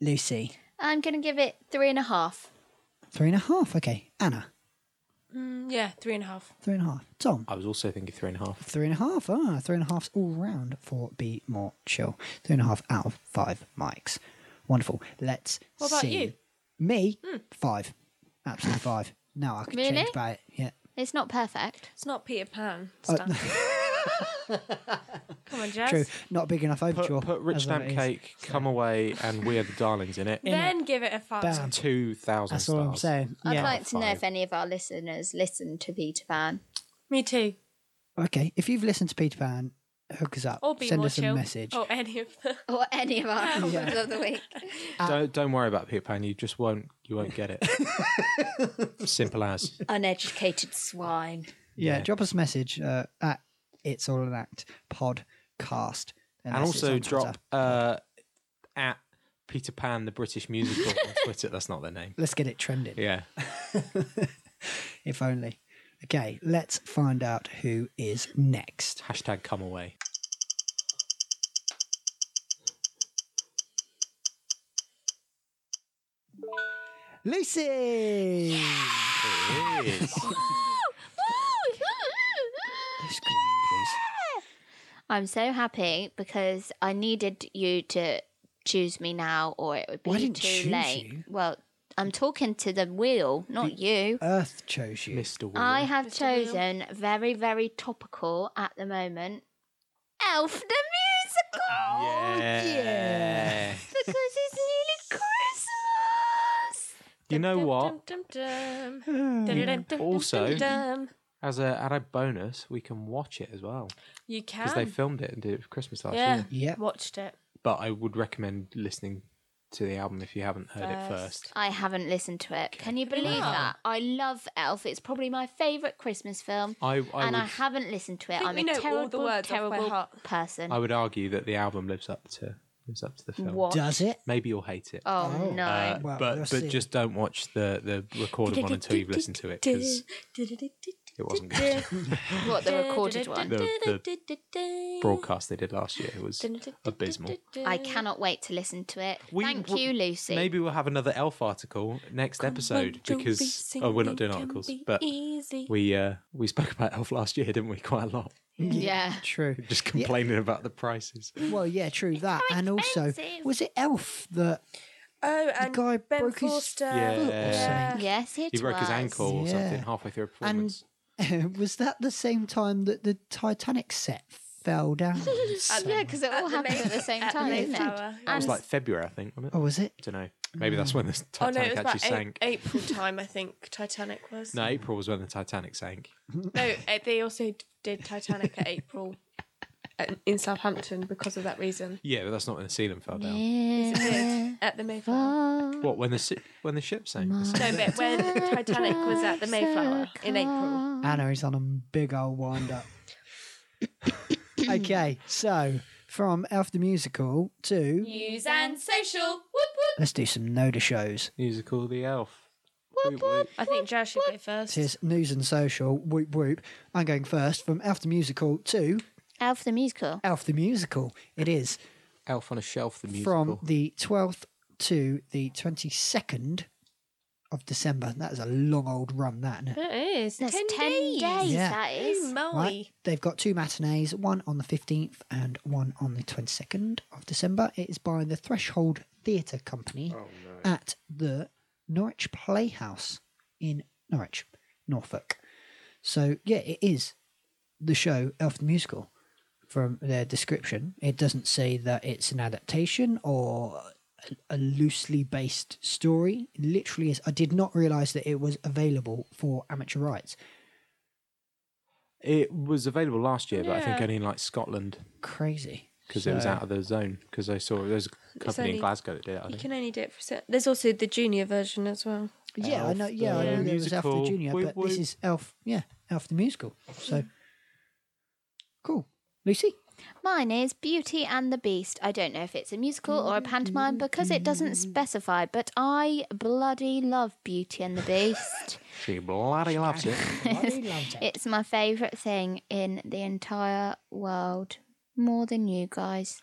Speaker 1: Lucy.
Speaker 2: I'm gonna give it three and a half.
Speaker 1: Three and a half. Okay. Anna.
Speaker 3: Mm, yeah, three and a half.
Speaker 1: Three and a half. Tom.
Speaker 4: I was also thinking three and a half.
Speaker 1: Three and a half. Ah, three and a half's all round for Be More Chill. Three and a half out of five mics. Wonderful. Let's
Speaker 3: What about
Speaker 1: see.
Speaker 3: you? Hmm.
Speaker 1: Me? Five. Absolutely five. Now I can change
Speaker 2: Really?
Speaker 1: about it. Yeah.
Speaker 2: It's not perfect.
Speaker 3: It's not Peter Pan
Speaker 1: Oh,
Speaker 3: stuff. Come on, Jazz.
Speaker 1: True. Not big enough
Speaker 4: Put,
Speaker 1: overture.
Speaker 4: put Rich
Speaker 1: as what
Speaker 4: Damp
Speaker 1: it is.
Speaker 4: Cake, Come Away, and We Are the Darlings in it.
Speaker 3: Then give it a five.
Speaker 1: Bam.
Speaker 4: Two thousand.
Speaker 1: That's all I'm saying.
Speaker 2: I'd
Speaker 1: yeah.
Speaker 2: like to know
Speaker 4: five.
Speaker 2: if any of our listeners listen to Peter Pan.
Speaker 3: Me too.
Speaker 1: Okay. If you've listened to Peter Pan, hook us up.
Speaker 3: Or Oh. be
Speaker 1: Send
Speaker 3: more
Speaker 1: us a
Speaker 3: chill.
Speaker 1: message.
Speaker 3: Or any of them.
Speaker 2: Or any of our albums of the week.
Speaker 4: Don't don't worry about Peter Pan. You just won't you won't get it. Simple as.
Speaker 2: Uneducated swine.
Speaker 1: yeah.
Speaker 4: yeah.
Speaker 1: Drop us a message uh, at It's All an Act podcast.
Speaker 4: and also drop uh, at Peter Pan the British musical on Twitter. That's not their name.
Speaker 1: Let's get it trending.
Speaker 4: Yeah,
Speaker 1: If only. Okay, let's find out who is next.
Speaker 4: hashtag Come Away.
Speaker 1: Lucy!
Speaker 4: It is.
Speaker 1: Scream, please.
Speaker 2: I'm so happy because I needed you to choose me now or it would be
Speaker 1: Well, I didn't choose
Speaker 2: too late.
Speaker 1: you.
Speaker 2: Well, I'm talking to the wheel, not you.
Speaker 1: Earth chose you.
Speaker 4: Mr. Wheel.
Speaker 2: I have
Speaker 3: Mr. Wheel.
Speaker 2: chosen very, very topical at the moment. Elf the musical
Speaker 4: yeah.
Speaker 2: because it's nearly Christmas.
Speaker 4: You know what?
Speaker 3: Dum, dum, dum. Dum, dum, dum,
Speaker 4: Also-
Speaker 3: dum, dum, dum.
Speaker 4: As a added bonus, we can watch it as well
Speaker 3: you
Speaker 4: because they
Speaker 2: Um,
Speaker 3: can.
Speaker 4: filmed it and did it for Christmas last
Speaker 3: yeah.
Speaker 4: year.
Speaker 1: Yeah.
Speaker 3: Watched it.
Speaker 4: But I would recommend listening to the album if you haven't heard it
Speaker 3: First.
Speaker 4: first.
Speaker 2: I haven't listened to it. Can you believe
Speaker 3: Wow.
Speaker 2: that? I love Elf. It's probably my favourite Christmas film.
Speaker 4: I, I
Speaker 2: and I
Speaker 4: would
Speaker 2: haven't listened to it.
Speaker 3: think
Speaker 2: I'm
Speaker 3: we
Speaker 2: a
Speaker 3: know all the
Speaker 2: terrible,
Speaker 3: words off by
Speaker 2: terrible
Speaker 3: heart.
Speaker 2: person.
Speaker 4: I would argue that the album lives up to lives up to the film.
Speaker 2: what?
Speaker 1: Does it?
Speaker 4: Maybe you'll hate it.
Speaker 2: oh,
Speaker 1: Oh.
Speaker 2: no.
Speaker 4: Uh,
Speaker 1: Well,
Speaker 4: but
Speaker 1: we'll
Speaker 4: but
Speaker 1: see.
Speaker 4: just don't watch the the recorded one until you've listened to it because it wasn't good.
Speaker 2: what, the recorded one?
Speaker 4: The- Broadcast they did last year was abysmal.
Speaker 2: I cannot wait to listen to it.
Speaker 4: We-
Speaker 2: Thank
Speaker 4: w-
Speaker 2: you, Lucy.
Speaker 4: Maybe we'll have another Elf article next episode because oh we're not doing articles, but
Speaker 3: easy.
Speaker 4: we uh we spoke about Elf last year, didn't we? Quite a lot.
Speaker 2: yeah.
Speaker 1: True.
Speaker 4: Just complaining about the prices.
Speaker 1: Well, yeah, true that. And also,
Speaker 2: expensive.
Speaker 1: was it Elf that
Speaker 3: Oh, and
Speaker 1: guy
Speaker 3: Ben
Speaker 1: broke his
Speaker 3: Forster.
Speaker 4: Yeah.
Speaker 1: foot or
Speaker 3: Yeah.
Speaker 1: something?
Speaker 2: Yes, it
Speaker 4: He broke his
Speaker 2: was.
Speaker 4: ankle or
Speaker 1: Yeah.
Speaker 4: something halfway through a performance.
Speaker 1: was that the same time that the Titanic set fell down?
Speaker 2: Uh, Yeah, because it all happened at the same time, didn't it?
Speaker 3: Mayflower.
Speaker 4: It
Speaker 2: And
Speaker 4: was like February, I think, wasn't it?
Speaker 1: oh, was it?
Speaker 4: I don't know. Maybe that's when the
Speaker 3: Oh no, it
Speaker 4: Titanic
Speaker 3: was
Speaker 4: actually
Speaker 3: about
Speaker 4: sank.
Speaker 3: A- April time, I think. Titanic was.
Speaker 4: No, April was when the Titanic sank.
Speaker 3: No, uh, they also d- did Titanic at April at, in Southampton because of that reason.
Speaker 4: Yeah, but that's not when the ceiling fell down.
Speaker 3: at the Mayflower.
Speaker 4: What when the si- when the ship sank? The
Speaker 3: No,
Speaker 4: same-
Speaker 3: but when Titanic was at the Mayflower in April.
Speaker 1: Anna is on a big old wind up. okay, so from Elf the Musical to
Speaker 2: News and social. Whoop, whoop.
Speaker 1: let's do some Noda shows.
Speaker 4: Musical The Elf. Whoop, whoop.
Speaker 3: I think Jazz should go first.
Speaker 1: This is news and social. Whoop whoop. I'm going first from Elf the Musical to
Speaker 2: Elf the musical.
Speaker 1: Elf the Musical. It is
Speaker 4: Elf on a Shelf, the musical.
Speaker 1: from the 12th to the 22nd of December. That is a long old run, that isn't it?
Speaker 3: It is.
Speaker 2: That's 10 days,
Speaker 1: Yeah.
Speaker 2: that
Speaker 3: Oh
Speaker 2: is.
Speaker 3: my.
Speaker 1: Right? They've got two matinees, one on the 15th and one on the 22nd of December. It is by the Threshold Theatre
Speaker 4: Oh,
Speaker 1: Company at the Norwich Playhouse in Norwich, Norfolk. So, yeah, it is the show Elf the Musical. From their description, it doesn't say that it's an adaptation or a loosely based story. It literally is. I did not realize that it was available for amateur rights.
Speaker 4: It was available last year, but I think
Speaker 3: Yeah.
Speaker 4: only in like Scotland
Speaker 1: Crazy.
Speaker 4: because it was
Speaker 1: So-
Speaker 4: out of the zone. Because I saw there's a company
Speaker 3: only-
Speaker 4: in Glasgow that did it. I
Speaker 3: You
Speaker 4: think.
Speaker 3: can only do it for set. There's also the junior version as well.
Speaker 1: Yeah, I know.
Speaker 4: Elf
Speaker 1: Yeah, I
Speaker 4: the
Speaker 1: know there was Elf the
Speaker 4: musical.
Speaker 1: Junior,
Speaker 4: Whoop,
Speaker 1: but this
Speaker 4: whoop. Hmm.
Speaker 1: is Elf. Yeah, Elf the musical. So cool, Lucy.
Speaker 2: Mine is Beauty and the Beast. I don't know if it's a musical or a pantomime because it doesn't
Speaker 4: Mm-hmm.
Speaker 2: specify, but I bloody love Beauty and the Beast.
Speaker 4: She bloody loves it.
Speaker 2: it's my favourite thing in the entire world, more than you guys.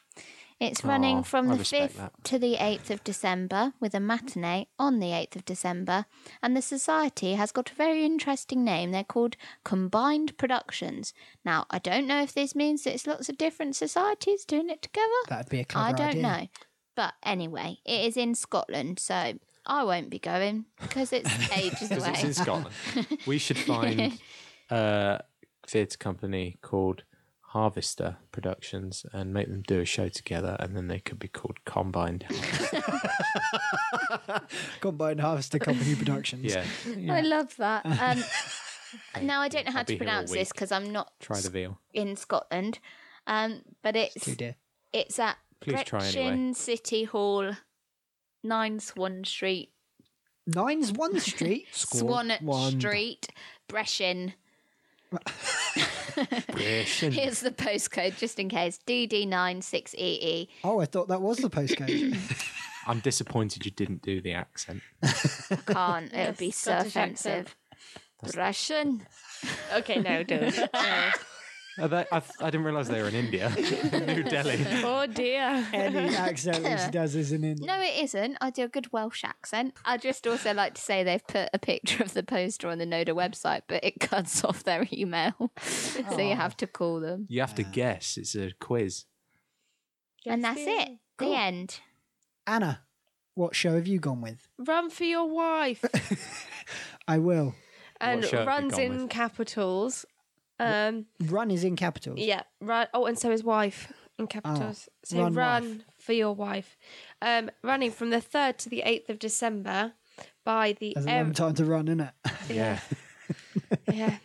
Speaker 2: It's running
Speaker 4: Aw,
Speaker 2: from
Speaker 4: I
Speaker 2: the
Speaker 4: respect
Speaker 2: 5th
Speaker 4: that.
Speaker 2: to the 8th of December with a matinee on the 8th of December. And the society has got a very interesting name. They're called Combined Productions. Now, I don't know if this means that it's lots of different societies doing it together.
Speaker 1: That'd be a clever
Speaker 2: I don't
Speaker 1: idea.
Speaker 2: know. But anyway, it is in Scotland, so I won't be going because it's ages
Speaker 4: because
Speaker 2: away.
Speaker 4: it's in Scotland. we should find uh, a theatre company called Harvester Productions and make them do a show together, and then they could be called Combined.
Speaker 1: Combined Harvester Company Productions.
Speaker 4: yeah,
Speaker 2: I love that. Um, now I don't know how
Speaker 4: I'll be
Speaker 2: to
Speaker 4: here all
Speaker 2: pronounce this
Speaker 4: week.
Speaker 2: because I'm not
Speaker 4: try the veal.
Speaker 2: in Scotland, um, but it's
Speaker 1: Too dear.
Speaker 2: it's at
Speaker 4: Please try anyway.
Speaker 2: Gretchen City Hall, Nine Swan Street,
Speaker 1: Nine's one street.
Speaker 2: Swan
Speaker 1: One.
Speaker 2: Street, Breshin.
Speaker 4: Breshin.
Speaker 2: Here's the postcode just in case DD96EE.
Speaker 1: Oh, I thought that was the postcode.
Speaker 4: I'm disappointed you didn't do the accent.
Speaker 2: I can't, it would be so
Speaker 3: Scottish accent.
Speaker 2: offensive. Breshin.
Speaker 3: Okay, no, don't.
Speaker 4: Are Uh, they, I, I didn't realise they were in India, New Delhi.
Speaker 3: oh dear.
Speaker 1: Any accent Lucy does isn't in.
Speaker 2: No, it isn't. I do a good Welsh accent. I just also like to say they've put a picture of the poster on the Noda website, but it cuts off their email. so you have to call them.
Speaker 4: You have to guess. It's a quiz.
Speaker 2: and that's it.
Speaker 1: Cool.
Speaker 2: The end.
Speaker 1: Anna, what show have you gone with?
Speaker 3: Run for your wife.
Speaker 1: I will.
Speaker 3: and
Speaker 4: shirt have you
Speaker 3: runs
Speaker 4: gone
Speaker 3: in
Speaker 4: with?
Speaker 3: capitals. Um,
Speaker 1: Run is in capitals.
Speaker 3: yeah, run. Oh, and so is wife in capitals. so
Speaker 1: run
Speaker 3: run, for your wife. Um, running from the third to the eighth of December by the
Speaker 1: That's a long
Speaker 3: Erith,
Speaker 1: time to run, isn't it?
Speaker 4: Yeah.
Speaker 3: yeah,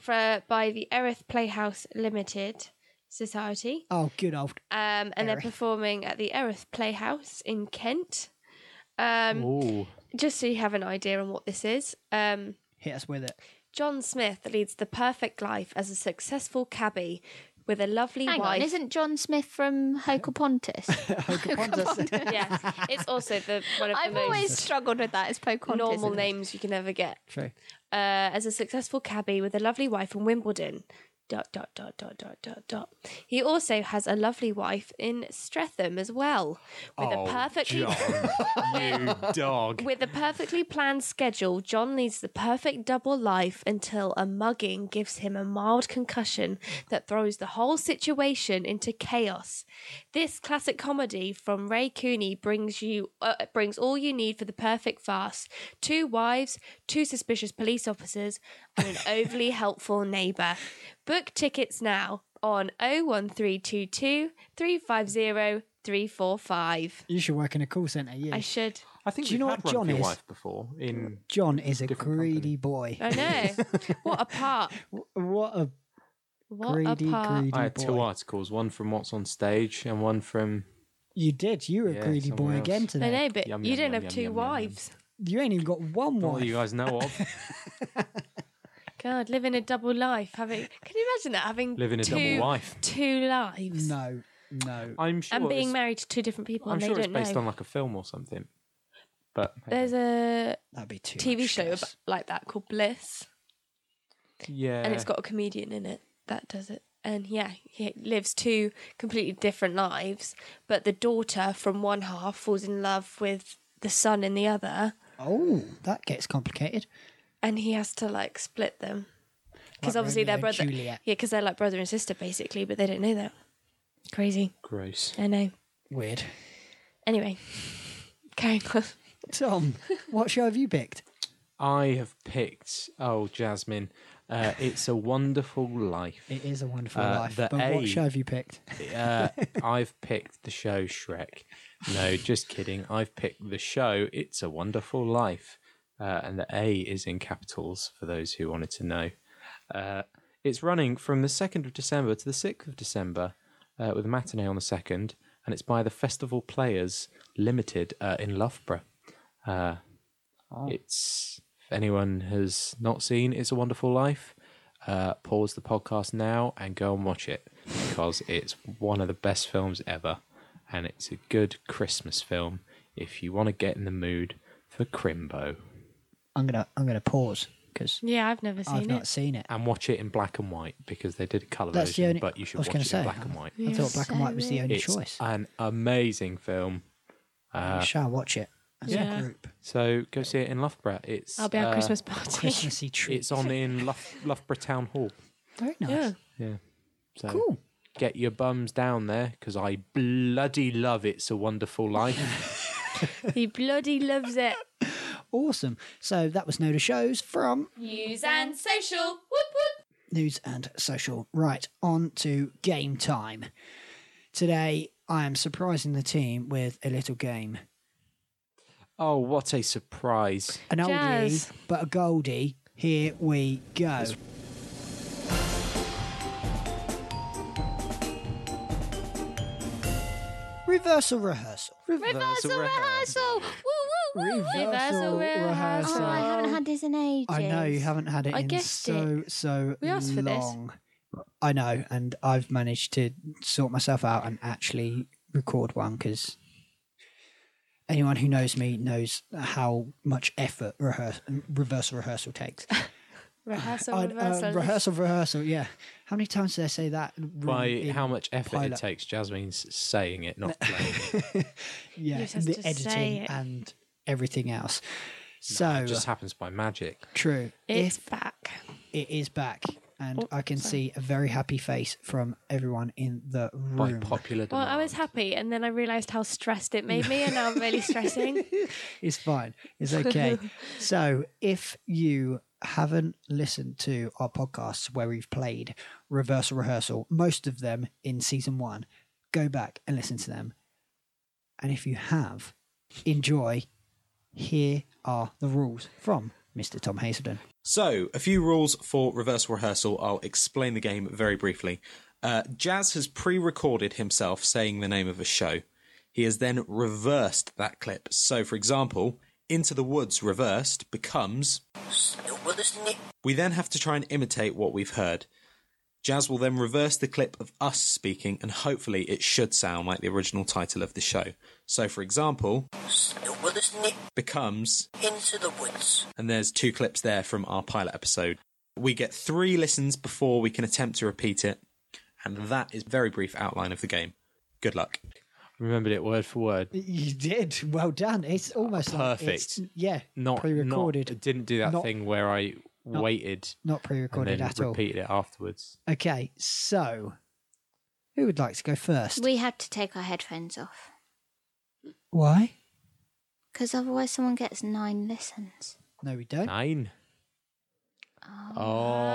Speaker 3: for, by the Erith Playhouse Limited Society.
Speaker 1: Oh, good old.
Speaker 3: um, and they're performing at the Erith Playhouse in Kent. Um,
Speaker 4: Ooh.
Speaker 3: just so you have an idea on what this is, um,
Speaker 1: Hit us with it.
Speaker 3: John Smith leads the perfect life as a successful cabbie with a lovely
Speaker 2: Hang
Speaker 3: wife.
Speaker 2: on, isn't John Smith from Hokopontis?
Speaker 1: Pocahontas.
Speaker 3: yeah, it's also the one of the
Speaker 2: I've
Speaker 3: most
Speaker 2: always struggled with that. It's Pocahontas.
Speaker 3: normal
Speaker 2: isn't it?
Speaker 3: names you can ever get.
Speaker 1: True.
Speaker 3: uh, as a successful cabbie with a lovely wife in Wimbledon. Dot dot dot dot dot dot dot. He also has a lovely wife in Streatham as well, with a perfectly
Speaker 4: you dog.
Speaker 3: with a perfectly planned schedule. John leads the perfect double life until a mugging gives him a mild concussion that throws the whole situation into chaos. This classic comedy from Ray Cooney brings you uh, brings all you need for the perfect farce: two wives, two suspicious police officers, and an overly helpful neighbour. Book tickets now on 01322 350 345.
Speaker 1: You should work in a call centre. Yeah.
Speaker 3: I should.
Speaker 4: I think
Speaker 1: Do you
Speaker 4: we've
Speaker 1: know
Speaker 4: had
Speaker 1: what
Speaker 4: one for
Speaker 1: John
Speaker 4: your
Speaker 1: is?
Speaker 4: wife before in
Speaker 1: John is a
Speaker 4: Different
Speaker 1: greedy boy.
Speaker 3: I know. what a part.
Speaker 1: What a
Speaker 3: What
Speaker 1: greedy,
Speaker 3: a part.
Speaker 1: greedy
Speaker 4: I had
Speaker 1: boy.
Speaker 4: two articles, one from What's on Stage and one from
Speaker 1: You did. You were a
Speaker 4: Yeah,
Speaker 1: greedy boy
Speaker 4: somewhere else.
Speaker 1: again
Speaker 3: I
Speaker 1: today.
Speaker 3: know, but
Speaker 4: Yum,
Speaker 3: you
Speaker 4: yum,
Speaker 3: don't
Speaker 4: yum,
Speaker 3: have
Speaker 4: yum,
Speaker 3: two
Speaker 4: yum, yum, yum.
Speaker 3: wives.
Speaker 1: You ain't even got one
Speaker 4: all you
Speaker 1: wife.
Speaker 4: guys know of.
Speaker 3: God, living a double life. Having can you imagine that having
Speaker 4: Living a
Speaker 3: two,
Speaker 4: double life.
Speaker 3: two lives,
Speaker 1: No, no.
Speaker 4: I'm sure
Speaker 3: and being
Speaker 4: it's,
Speaker 3: married to two different people,
Speaker 4: I'm
Speaker 3: and they
Speaker 4: sure it's
Speaker 3: don't
Speaker 4: based
Speaker 3: know.
Speaker 4: on like a film or something. But
Speaker 3: There's a
Speaker 1: That'd be too
Speaker 3: TV
Speaker 1: much
Speaker 3: show
Speaker 1: stress.
Speaker 3: ab- like that called Bliss,
Speaker 4: yeah,
Speaker 3: and it's got a comedian in it that does it. And yeah, he lives two completely different lives, but the daughter from one half falls in love with the son in the other,
Speaker 1: Oh, that gets complicated.
Speaker 3: and he has to like split them because
Speaker 1: Like
Speaker 3: obviously they're
Speaker 1: Romeo and
Speaker 3: brother. Yeah,
Speaker 1: Juliet.
Speaker 3: because they're like brother and sister basically, but they don't know that. Crazy.
Speaker 4: gross.
Speaker 3: I know.
Speaker 1: Weird.
Speaker 3: Anyway, carrying on.
Speaker 1: Tom, what show have you picked?
Speaker 4: I have picked. Oh, Jasmine, uh, it's a wonderful life.
Speaker 1: It is a wonderful
Speaker 4: Uh,
Speaker 1: life.
Speaker 4: the
Speaker 1: But what
Speaker 4: A.
Speaker 1: show have you picked?
Speaker 4: Uh, I've picked the show Shrek. No, just kidding. I've picked the show It's a Wonderful Life. Uh, and the A is in capitals for those who wanted to know. Uh, It's running from the 2nd of December to the 6th of December uh, with a matinee on the 2nd, and it's by the Festival Players Limited uh, in Loughborough. Uh,
Speaker 1: Oh.
Speaker 4: It's, if anyone has not seen It's a Wonderful Life, uh, pause the podcast now and go and watch it because it's one of the best films ever, and it's a good Christmas film if you want to get in the mood for Crimbo.
Speaker 1: I'm gonna I'm gonna pause because
Speaker 3: Yeah, I've never seen
Speaker 1: I've not
Speaker 3: it.
Speaker 1: seen it.
Speaker 4: and watch it in black and white because they did a color
Speaker 1: That's the
Speaker 4: version.
Speaker 1: only-
Speaker 4: but you should
Speaker 1: I was
Speaker 4: watch
Speaker 1: gonna
Speaker 4: it
Speaker 1: say,
Speaker 4: in black and white.
Speaker 1: I thought black and
Speaker 2: so
Speaker 1: white was the only
Speaker 4: It's uh,
Speaker 1: choice.
Speaker 4: an amazing film.
Speaker 1: we shall watch it as
Speaker 3: Yeah.
Speaker 1: a group.
Speaker 4: So go see it in Loughborough. It's
Speaker 3: I'll be at
Speaker 4: uh,
Speaker 3: Christmas party.
Speaker 1: Christmassy treat.
Speaker 4: It's on in Lough- Loughborough Town Hall.
Speaker 1: Very nice.
Speaker 3: yeah.
Speaker 4: Yeah. So
Speaker 1: Cool.
Speaker 4: Get your bums down there because I bloody love It's a Wonderful Life.
Speaker 3: he bloody loves it.
Speaker 1: Awesome. So that was Noda Shows from
Speaker 2: News and social. Whoop whoop.
Speaker 1: News and Social. Right, on to game time. Today, I am surprising the team with a little game.
Speaker 4: oh, what a surprise!
Speaker 1: An oldie,
Speaker 3: Jazz.
Speaker 1: but a goldie. Here we go. Reversal rehearsal.
Speaker 4: Reversal
Speaker 2: Rehearsal, rehearsal. Woo woo woo.
Speaker 1: Reversal
Speaker 3: Reversal
Speaker 1: rehearsal. uh,
Speaker 2: Oh, I
Speaker 3: rehearsal.
Speaker 2: haven't had this in ages.
Speaker 1: I know you haven't had it
Speaker 3: I
Speaker 1: in
Speaker 3: guessed
Speaker 1: so so
Speaker 3: We asked for this.
Speaker 1: long. I know, and I've managed to sort myself out and actually record one because anyone who knows me knows how much effort rehearse, reversal rehearsal takes.
Speaker 3: Rehearsal,
Speaker 1: I- uh,
Speaker 3: reversal.
Speaker 1: rehearsal, rehearsal. Yeah. How many times did I say that?
Speaker 4: By
Speaker 1: in-
Speaker 4: how much effort
Speaker 1: pilot.
Speaker 4: it takes, Jasmine's saying it, not playing. it.
Speaker 1: Yeah,
Speaker 3: You just
Speaker 1: the
Speaker 3: have to say
Speaker 1: editing
Speaker 3: it.
Speaker 1: and everything else. So
Speaker 4: It just happens by magic.
Speaker 1: true.
Speaker 3: It's back.
Speaker 1: It is back, and I can see a very happy face from everyone in the
Speaker 4: By
Speaker 1: room.
Speaker 4: popular
Speaker 3: Well,
Speaker 4: demand.
Speaker 3: I was happy, and then I realised how stressed it made me, and now I'm really stressing.
Speaker 1: It's fine. It's okay. so, if you haven't listened to our podcasts where we've played reversal rehearsal, most of them in season one, go back and listen to them. And if you have, enjoy. Here are the rules from Mr. Tom Hazelden.
Speaker 5: So, a few rules for reversal rehearsal. I'll explain the game very briefly. Uh, Jazz has pre recorded himself saying the name of a show. He has then reversed that clip. So, for example, Into the Woods reversed becomes. We then have to try and imitate what we've heard. Jazz will then reverse the clip of us speaking, and hopefully, it should sound like the original title of the show. So, for example, becomes
Speaker 6: Into the woods.
Speaker 5: and there's two clips there from our pilot episode. We get three listens before we can attempt to repeat it, and that is a very brief outline of the game. Good luck.
Speaker 4: remembered it word for word.
Speaker 1: You did. Well done. It's almost like it's-
Speaker 4: Uh, Perfect.
Speaker 1: yeah.
Speaker 4: Not
Speaker 1: pre recorded.
Speaker 4: Not, didn't do that
Speaker 1: Not-
Speaker 4: thing where I waited
Speaker 1: Not pre
Speaker 4: and
Speaker 1: recorded
Speaker 4: then
Speaker 1: at all.
Speaker 4: repeated it afterwards.
Speaker 1: Okay, so who would like to go first?
Speaker 2: We had to take our headphones off
Speaker 1: Why?
Speaker 2: because otherwise someone gets nine listens.
Speaker 1: No, we don't.
Speaker 4: Nine. Oh.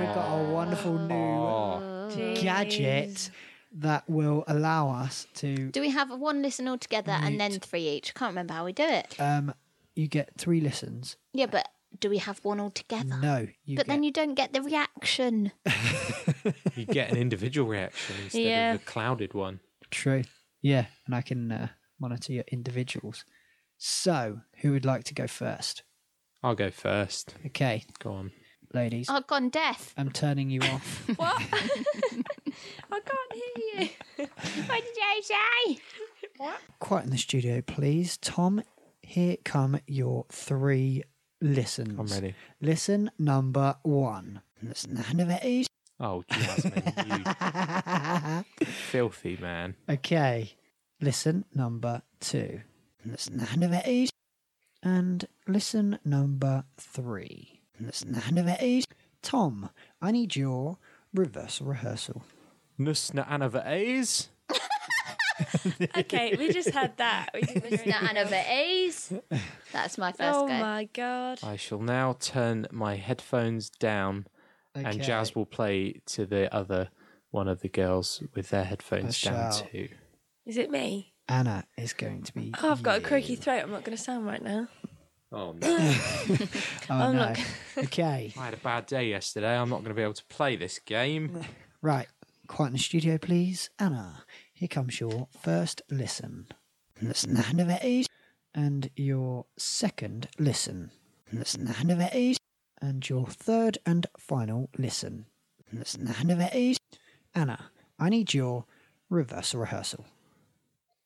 Speaker 1: We've got a wonderful
Speaker 2: Oh,
Speaker 1: new
Speaker 4: Oh.
Speaker 1: gadget that will allow us to.
Speaker 2: Do we have one listen altogether and then
Speaker 1: Mute.
Speaker 2: three each? Can't remember how we do it.
Speaker 1: Um, you get three listens.
Speaker 2: Yeah, but do we have one altogether?
Speaker 1: No, you.
Speaker 2: but
Speaker 1: get,
Speaker 2: then you don't get the reaction.
Speaker 4: You get an individual reaction instead
Speaker 3: Yeah.
Speaker 4: of the clouded one.
Speaker 1: true. Yeah, and I can uh, monitor your individuals. So, who would like to go first?
Speaker 4: I'll go first.
Speaker 1: Okay,
Speaker 4: Go on.
Speaker 1: ladies,
Speaker 2: I've gone deaf.
Speaker 1: I'm turning you off.
Speaker 3: What? I can't hear you.
Speaker 2: What did you say?
Speaker 1: Quiet in the studio, please. Tom, here come your three listens.
Speaker 4: I'm ready.
Speaker 1: Listen number one. Listen, none of it is-
Speaker 4: Oh, Jasmine, you filthy man.
Speaker 1: Okay. Listen number two. Listen number eight. And listen number three. Listen number eight. Tom, I need your reversal rehearsal.
Speaker 4: Nusna Anava'es.
Speaker 3: Okay, we just had that. We didn't hear it.
Speaker 2: Anna V's. That's my first
Speaker 3: oh
Speaker 2: go.
Speaker 3: my god.
Speaker 4: I shall now turn my headphones down
Speaker 1: Okay.
Speaker 4: and Jazz will play to the other one of the girls with their headphones
Speaker 1: I
Speaker 4: down
Speaker 1: shall.
Speaker 4: too.
Speaker 3: Is it me?
Speaker 1: Anna is going to be.
Speaker 3: Oh, I've got a croaky throat. I'm not going to sound right now.
Speaker 4: Oh no!
Speaker 1: Oh,
Speaker 3: I'm
Speaker 1: no.
Speaker 3: not
Speaker 1: okay.
Speaker 4: I had a bad day yesterday. I'm not going to be able to play this game.
Speaker 1: Right. Quiet in the studio, please. Anna, here comes your first listen. Listen, hand of it is. eh, And your second listen. Listen, hand of it is. eh, And your third and final listen. Listen, hand of it is. eh. Anna, I need your reverse rehearsal.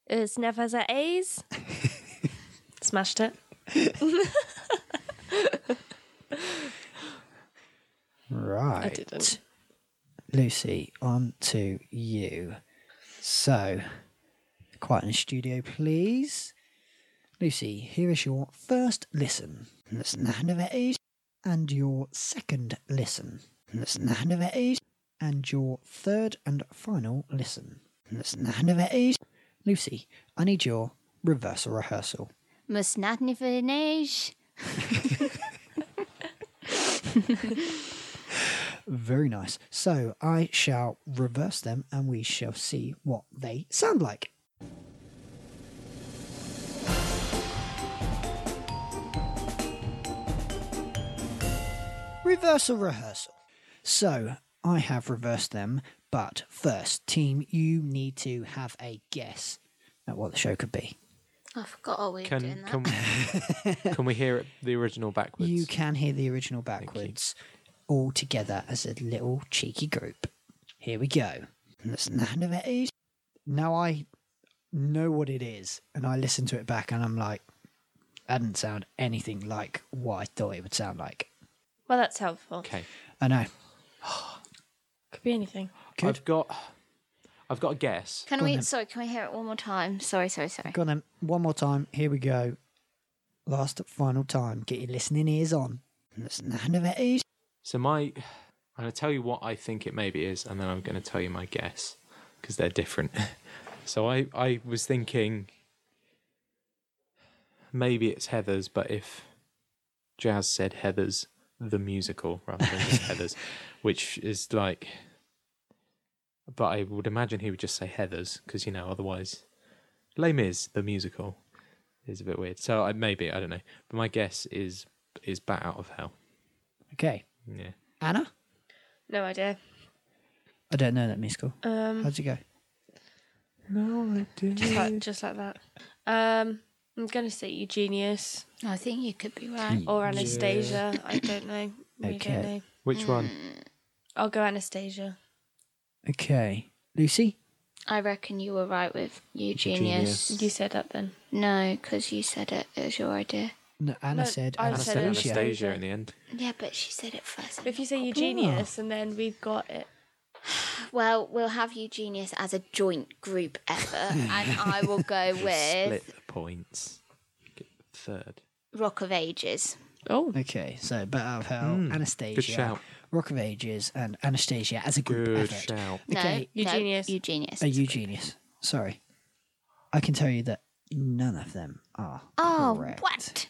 Speaker 3: It's never the A's. Smashed it.
Speaker 1: Right.
Speaker 3: didn't.
Speaker 1: Lucy, on to you. So, quiet in the studio, please. Lucy, here is your first listen. Listen, hand of it is. And your second listen. Listen, hand of it is. And your third and final listen. Listen, hand of it is. Lucy, I need your reverse rehearsal.
Speaker 2: Must not ne finish.
Speaker 1: Very nice. So, I shall reverse them and we shall see what they sound like. reversal rehearsal. So I have reversed them, but first, team, you need to have a guess at what the show could be.
Speaker 2: I forgot all we were doing
Speaker 4: Can
Speaker 2: that.
Speaker 4: can can we hear it, the original backwards?
Speaker 1: You can hear the original backwards all together as a little cheeky group. Here we go. Listen, none of it is- Now I know what it is, and I listen to it back, and I'm like, that didn't sound anything like what I thought it would sound like.
Speaker 3: Well, that's helpful.
Speaker 4: Okay.
Speaker 1: I know.
Speaker 3: Could be anything.
Speaker 1: Good.
Speaker 4: I've got. I've got a guess.
Speaker 2: Can
Speaker 1: Go on
Speaker 2: we?
Speaker 1: then.
Speaker 2: Sorry, can we hear it one more time? Sorry, sorry, sorry.
Speaker 1: Go on then. One more time. Here we go. Last final time. Get your listening ears on. Listen, none of it is-
Speaker 4: So my, I'm going to tell you what I think it maybe is, and then I'm going to tell you my guess because they're different. so I, I was thinking maybe it's Heather's, but if Jazz said Heather's the musical rather than just Heather's, which is like, but I would imagine he would just say Heather's because you know otherwise, Les Mis the musical is a bit weird. So I, maybe I don't know, but my guess is is Bat Out of Hell.
Speaker 1: Okay.
Speaker 4: Yeah.
Speaker 1: Anna?
Speaker 3: No idea.
Speaker 1: I don't know that musical.
Speaker 3: Um,
Speaker 1: How'd you go?
Speaker 4: No, I
Speaker 3: just like just like that. Um, I'm gonna say Eugenius
Speaker 2: I think you could be right.
Speaker 3: or Anastasia. I don't know. We
Speaker 1: Okay.
Speaker 3: don't know.
Speaker 4: Which one?
Speaker 3: I'll go Anastasia.
Speaker 1: Okay. Lucy?
Speaker 2: I reckon you were right with Eugenius.
Speaker 4: Eugenius.
Speaker 3: You said that then.
Speaker 2: No, because you said it. It was your idea.
Speaker 1: No, Anna
Speaker 3: No,
Speaker 1: said
Speaker 3: I
Speaker 4: I
Speaker 3: said
Speaker 4: said
Speaker 1: Anastasia.
Speaker 3: Anastasia.
Speaker 4: Anastasia in the end.
Speaker 2: Yeah, but she said it first.
Speaker 3: If you say Eugenius and then we've got it.
Speaker 2: Well, we'll have Eugenius as a joint group effort, and I will go
Speaker 4: Split
Speaker 2: with
Speaker 4: the points. Get the third.
Speaker 2: Rock of Ages.
Speaker 3: Oh.
Speaker 1: Okay, so Bat Out of Hell, Anastasia,
Speaker 4: Hmm, good shout.
Speaker 1: Rock of Ages, and Anastasia as a group
Speaker 4: Good
Speaker 1: effort.
Speaker 4: shout.
Speaker 2: No,
Speaker 1: Okay,
Speaker 2: no,
Speaker 3: Eugenius.
Speaker 2: Eugenius.
Speaker 1: Are you genius? Sorry. I can tell you that none of them are.
Speaker 2: oh,
Speaker 1: correct.
Speaker 2: what?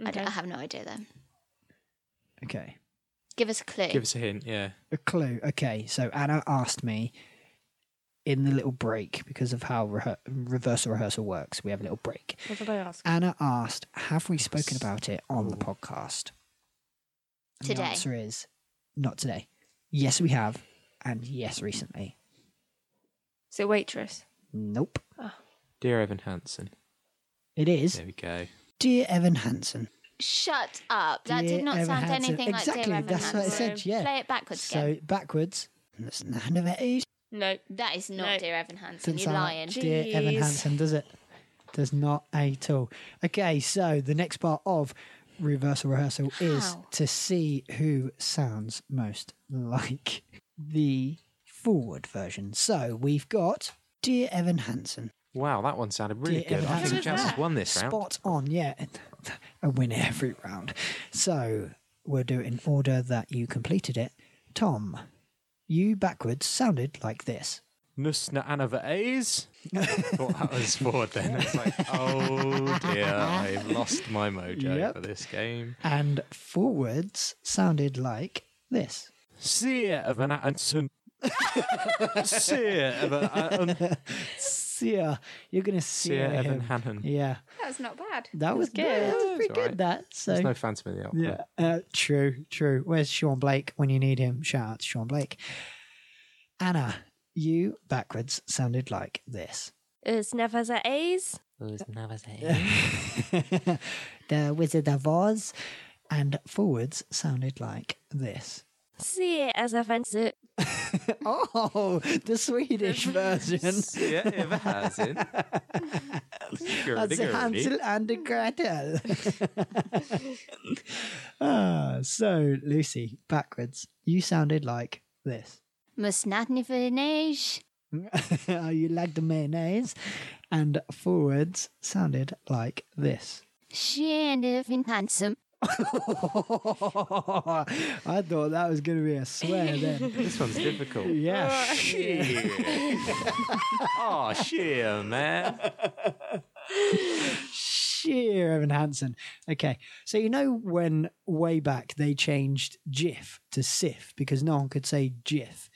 Speaker 2: I,
Speaker 3: Okay.
Speaker 2: don't, I have no idea then.
Speaker 1: Okay.
Speaker 2: Give us a clue.
Speaker 4: Give us a hint, yeah.
Speaker 1: A clue. Okay, so Anna asked me in the little break because of how rehe- reverse rehearsal works. We have a little break.
Speaker 3: What did I ask?
Speaker 1: Anna asked, "Have we spoken about it on the podcast?" And
Speaker 2: Today.
Speaker 1: The answer is not today. Yes, we have, and yes, recently.
Speaker 3: So waitress.
Speaker 1: Nope.
Speaker 4: Dear Evan Hansen.
Speaker 1: It is
Speaker 4: There we go.
Speaker 1: dear Evan Hansen.
Speaker 2: Shut up. That
Speaker 1: Dear
Speaker 2: did not
Speaker 1: Evan
Speaker 2: sound
Speaker 1: Hansen.
Speaker 2: anything like
Speaker 1: exactly.
Speaker 2: Dear Evan
Speaker 1: That's
Speaker 2: Hansen.
Speaker 1: what I said. Yeah.
Speaker 2: Play it backwards again.
Speaker 1: So backwards. That's none of it is.
Speaker 3: No.
Speaker 2: That is not
Speaker 3: No.
Speaker 2: Dear Evan Hansen.
Speaker 1: Doesn't
Speaker 2: You're
Speaker 1: sound like
Speaker 2: lying.
Speaker 1: Dear Evan
Speaker 3: Jeez.
Speaker 1: Hansen, does it? Does not at all. Okay, so the next part of reversal rehearsal is
Speaker 2: How?
Speaker 1: to see who sounds most like the forward version. So we've got Dear Evan Hansen.
Speaker 4: Wow, that one sounded really
Speaker 1: Dear
Speaker 4: good.
Speaker 1: Evan
Speaker 4: I think
Speaker 1: Hansen.
Speaker 4: Jazz has won this round.
Speaker 1: Spot on, yeah. A winner every round. So we'll do it in order that you completed it. Tom, you backwards sounded like this.
Speaker 4: Nusna Anava'es. thought that was forward then. It's like, oh dear, I've lost my mojo
Speaker 1: Yep.
Speaker 4: for this game.
Speaker 1: And forwards sounded like this.
Speaker 4: Seer Evan Hansen. Seer Evan Hansen.
Speaker 1: sear. You're going to sear him.
Speaker 4: Evan Hannan.
Speaker 1: Yeah.
Speaker 2: That was not bad.
Speaker 1: That was good. That was pretty
Speaker 4: It's
Speaker 1: good,
Speaker 4: alright.
Speaker 1: that. So,
Speaker 4: There's no phantom in the outfit.
Speaker 1: yeah. Uh, true, true. Where's Sean Blake when you need him? Shout out to Sean Blake. Anna, you backwards sounded like this.
Speaker 3: It's never the A's.
Speaker 1: the Wizard of Oz. And forwards sounded like this.
Speaker 3: See it as offensive.
Speaker 1: Oh, the Swedish version.
Speaker 4: Yeah, Evan has it.
Speaker 1: That's Hansel and Gretel. ah, so, Lucy, backwards, you sounded like this.
Speaker 2: Must not ni finish.
Speaker 1: you like the mayonnaise. And forwards sounded like this.
Speaker 2: Shandy fin handsome.
Speaker 1: I thought that was going to be a swear then.
Speaker 4: This one's difficult.
Speaker 1: Yeah.
Speaker 4: Shit. oh, shit, man.
Speaker 1: sheer Evan Hansen. Okay, so you know when way back they changed GIF to SIF because no one could say GIF.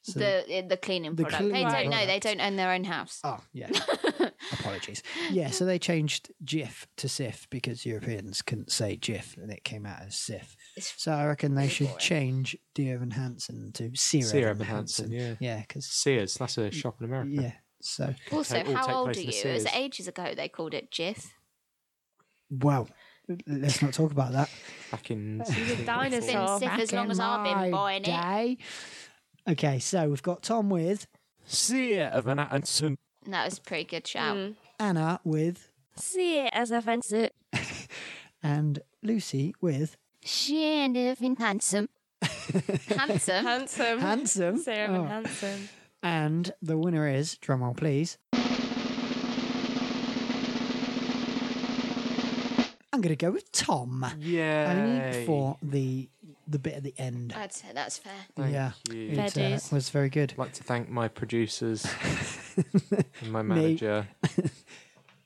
Speaker 1: So,
Speaker 2: The the cleaning
Speaker 1: The
Speaker 2: product. they
Speaker 1: cleaning
Speaker 2: don't know. They
Speaker 1: product.
Speaker 2: don't own their own house.
Speaker 1: oh yeah, apologies. Yeah, so they changed GIF to SIF because Europeans couldn't say GIF and it came out as SIF. So I reckon they should change Dear Evan Hansen to Sir,
Speaker 4: Sir
Speaker 1: Evan
Speaker 4: Evan Hansen,
Speaker 1: Hansen.
Speaker 4: yeah.
Speaker 1: Yeah, because
Speaker 4: Sears, that's a shop in America.
Speaker 1: yeah. So
Speaker 2: Also,
Speaker 4: take- all take
Speaker 2: how old
Speaker 4: place
Speaker 2: are
Speaker 4: in the
Speaker 2: you? It was
Speaker 4: series.
Speaker 2: ages ago they called it GIF.
Speaker 1: well, let's not talk about that.
Speaker 4: Back in.
Speaker 2: It's been
Speaker 3: dinosaur.
Speaker 2: SIF as long as I've been buying it.
Speaker 1: Day. Okay, so we've got Tom with
Speaker 4: Sear Evan Hansen.
Speaker 2: That was a pretty good shout.
Speaker 3: Mm.
Speaker 1: Anna with
Speaker 3: See it as offensive.
Speaker 1: and Lucy with
Speaker 2: Shandy fin handsome. handsome.
Speaker 3: Handsome.
Speaker 1: Handsome.
Speaker 3: Sarah
Speaker 1: Oh.
Speaker 3: and handsome.
Speaker 1: and the winner is drumroll please. I'm gonna go with Tom. Only
Speaker 4: Yeah.
Speaker 1: for the the bit at the end.
Speaker 2: I'd say that's fair.
Speaker 4: Thank
Speaker 1: yeah,
Speaker 4: you.
Speaker 1: it
Speaker 3: Fair
Speaker 1: uh,
Speaker 3: dues.
Speaker 1: was very good.
Speaker 4: I'd like to thank my producers, and my manager,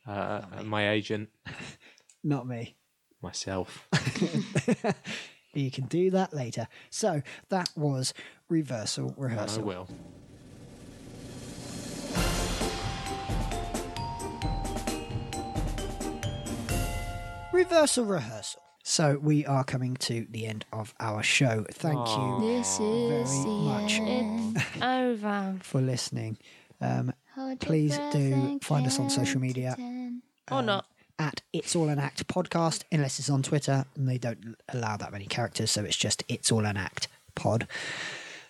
Speaker 4: uh, and my agent,
Speaker 1: Not me.
Speaker 4: myself.
Speaker 1: You can do that later. So that was reversal
Speaker 4: I
Speaker 1: rehearsal.
Speaker 4: will.
Speaker 1: Reversal rehearsal. So we are coming to the end of our show. Thank you
Speaker 2: This is
Speaker 1: very much
Speaker 3: Over.
Speaker 1: for listening. Um, please do find us on social media Oh.
Speaker 3: Or not.
Speaker 1: at It's All an Act podcast, unless it's on Twitter, and they don't allow that many characters, so it's just It's All an Act pod.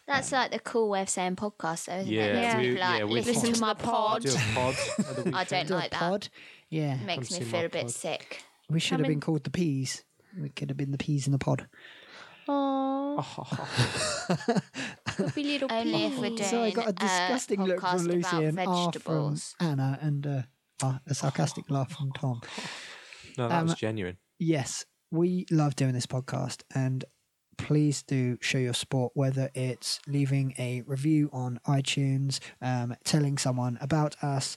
Speaker 2: That's like the cool way of saying podcast, though, isn't it?
Speaker 4: Yeah,
Speaker 2: Lots of
Speaker 4: we-
Speaker 2: people are
Speaker 4: yeah,
Speaker 2: like,
Speaker 4: we-
Speaker 2: listen to my pod.
Speaker 4: Do a pod. at the
Speaker 2: I
Speaker 4: weekend.
Speaker 2: don't
Speaker 1: Do a
Speaker 2: like that.
Speaker 1: pod. Yeah,
Speaker 2: Makes me
Speaker 4: see my
Speaker 2: feel a bit
Speaker 4: pod.
Speaker 2: sick.
Speaker 1: we should have
Speaker 3: Come in.
Speaker 1: been called the peas. We could have been the peas in the pod.
Speaker 3: Aww. Puppy little
Speaker 2: Only if
Speaker 3: pea.
Speaker 2: we're doing
Speaker 1: So I got a
Speaker 2: uh,
Speaker 1: disgusting look from
Speaker 2: podcast
Speaker 1: Lucy
Speaker 2: about
Speaker 1: and R from
Speaker 2: vegetables.
Speaker 1: Anna and uh, ah, a sarcastic laugh from Tom.
Speaker 4: No,
Speaker 1: Um,
Speaker 4: that was genuine.
Speaker 1: yes, we love doing this podcast and please do show your support, whether it's leaving a review on iTunes, um, telling someone about us,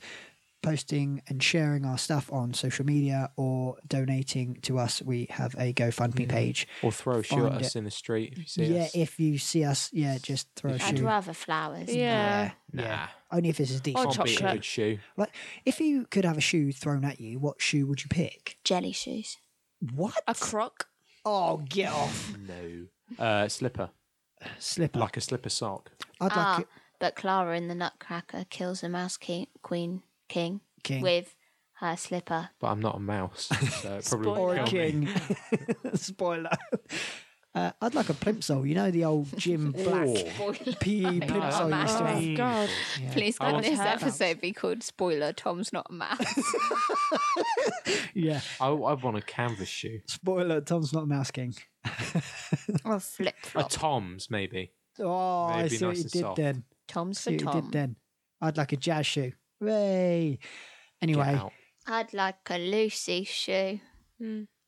Speaker 1: posting and sharing our stuff on social media, or donating to us. We have a GoFundMe page.
Speaker 4: Or throw a shoe at
Speaker 1: Find
Speaker 4: us in the street if you see
Speaker 1: Yeah,
Speaker 4: us.
Speaker 1: if you see us, yeah, just throw a
Speaker 2: I'd
Speaker 1: shoe.
Speaker 2: rather flowers.
Speaker 3: Yeah.
Speaker 4: nah.
Speaker 1: Only if this is decent.
Speaker 4: Can't beat a
Speaker 3: chocolate.
Speaker 4: good shoe.
Speaker 1: Like, if you could have a shoe thrown at you, what shoe would you pick?
Speaker 2: Jelly shoes.
Speaker 1: What?
Speaker 3: A croc.
Speaker 1: Oh, get off.
Speaker 4: No. Uh, slipper.
Speaker 1: Slipper.
Speaker 4: Like a slipper sock.
Speaker 1: I'd
Speaker 2: Ah,
Speaker 1: like it.
Speaker 2: but Clara in the Nutcracker kills the Mouse ki- Queen King,
Speaker 1: King.
Speaker 2: with her slipper.
Speaker 4: But I'm not a mouse. So it probably
Speaker 1: or
Speaker 4: won't
Speaker 1: a
Speaker 4: kill me.
Speaker 1: king. Spoiler. Uh, I'd like a plimsoll. You know the old Jim Black
Speaker 4: Oh.
Speaker 1: PE plimsoll you used to have.
Speaker 3: Oh, God.
Speaker 2: Please
Speaker 4: I
Speaker 2: can
Speaker 4: want-
Speaker 2: this episode be called Spoiler Tom's Not a Mouse.
Speaker 1: Yeah.
Speaker 4: I, I want a canvas shoe.
Speaker 1: Spoiler: Tom's not a mouse king.
Speaker 2: or flip
Speaker 4: A
Speaker 2: flop.
Speaker 4: Tom's, maybe.
Speaker 1: Oh, I
Speaker 4: They'd be
Speaker 1: see what
Speaker 4: nice
Speaker 1: you
Speaker 4: and
Speaker 1: did
Speaker 4: soft.
Speaker 1: then.
Speaker 2: Tom's for
Speaker 1: See what you
Speaker 2: Tom.
Speaker 1: did then. I'd like a jazz shoe. Way.
Speaker 4: Get
Speaker 1: Anyway,
Speaker 4: out.
Speaker 2: I'd like a Lucy shoe.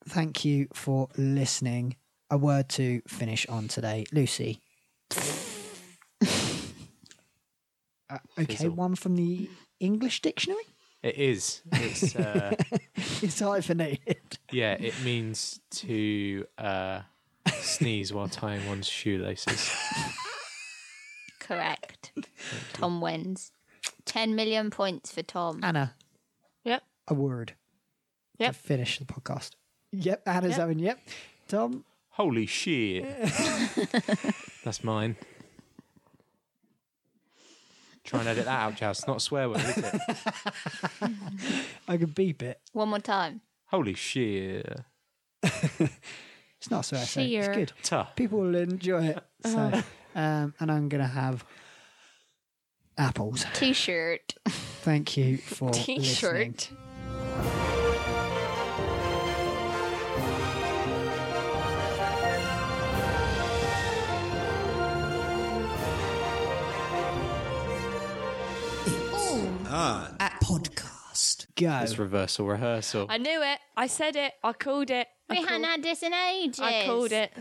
Speaker 1: thank you for listening. A word to finish on today, Lucy. Uh, okay,
Speaker 4: Fizzle.
Speaker 1: one from the English dictionary.
Speaker 4: It is. It's, uh,
Speaker 1: It's hyphenated.
Speaker 4: yeah, it means to uh, sneeze while tying one's shoelaces.
Speaker 2: Correct. Tom wins. 10 million points for Tom.
Speaker 1: Anna,
Speaker 3: Yep.
Speaker 1: a word
Speaker 3: Yep.
Speaker 1: to finish the podcast. Yep, Anna's
Speaker 3: Yep.
Speaker 1: having yep. Tom,
Speaker 4: Holy shit. That's mine. Try and edit that out, Jazz. It's not a swear word, is it?
Speaker 1: I can beep it.
Speaker 2: One more time.
Speaker 4: Holy shit.
Speaker 1: It's not so essay. It's
Speaker 3: Sheer. Uh-huh.
Speaker 1: good.
Speaker 4: Tough.
Speaker 1: People will enjoy it. So, um, and I'm gonna have apples.
Speaker 2: T shirt.
Speaker 1: Thank you for listening.
Speaker 3: T-shirt.
Speaker 1: Podcast. Go.
Speaker 4: It's reversal rehearsal.
Speaker 3: I knew it. I said it. I called it. I
Speaker 2: We
Speaker 3: called-
Speaker 2: hadn't had this in ages.
Speaker 3: I called it.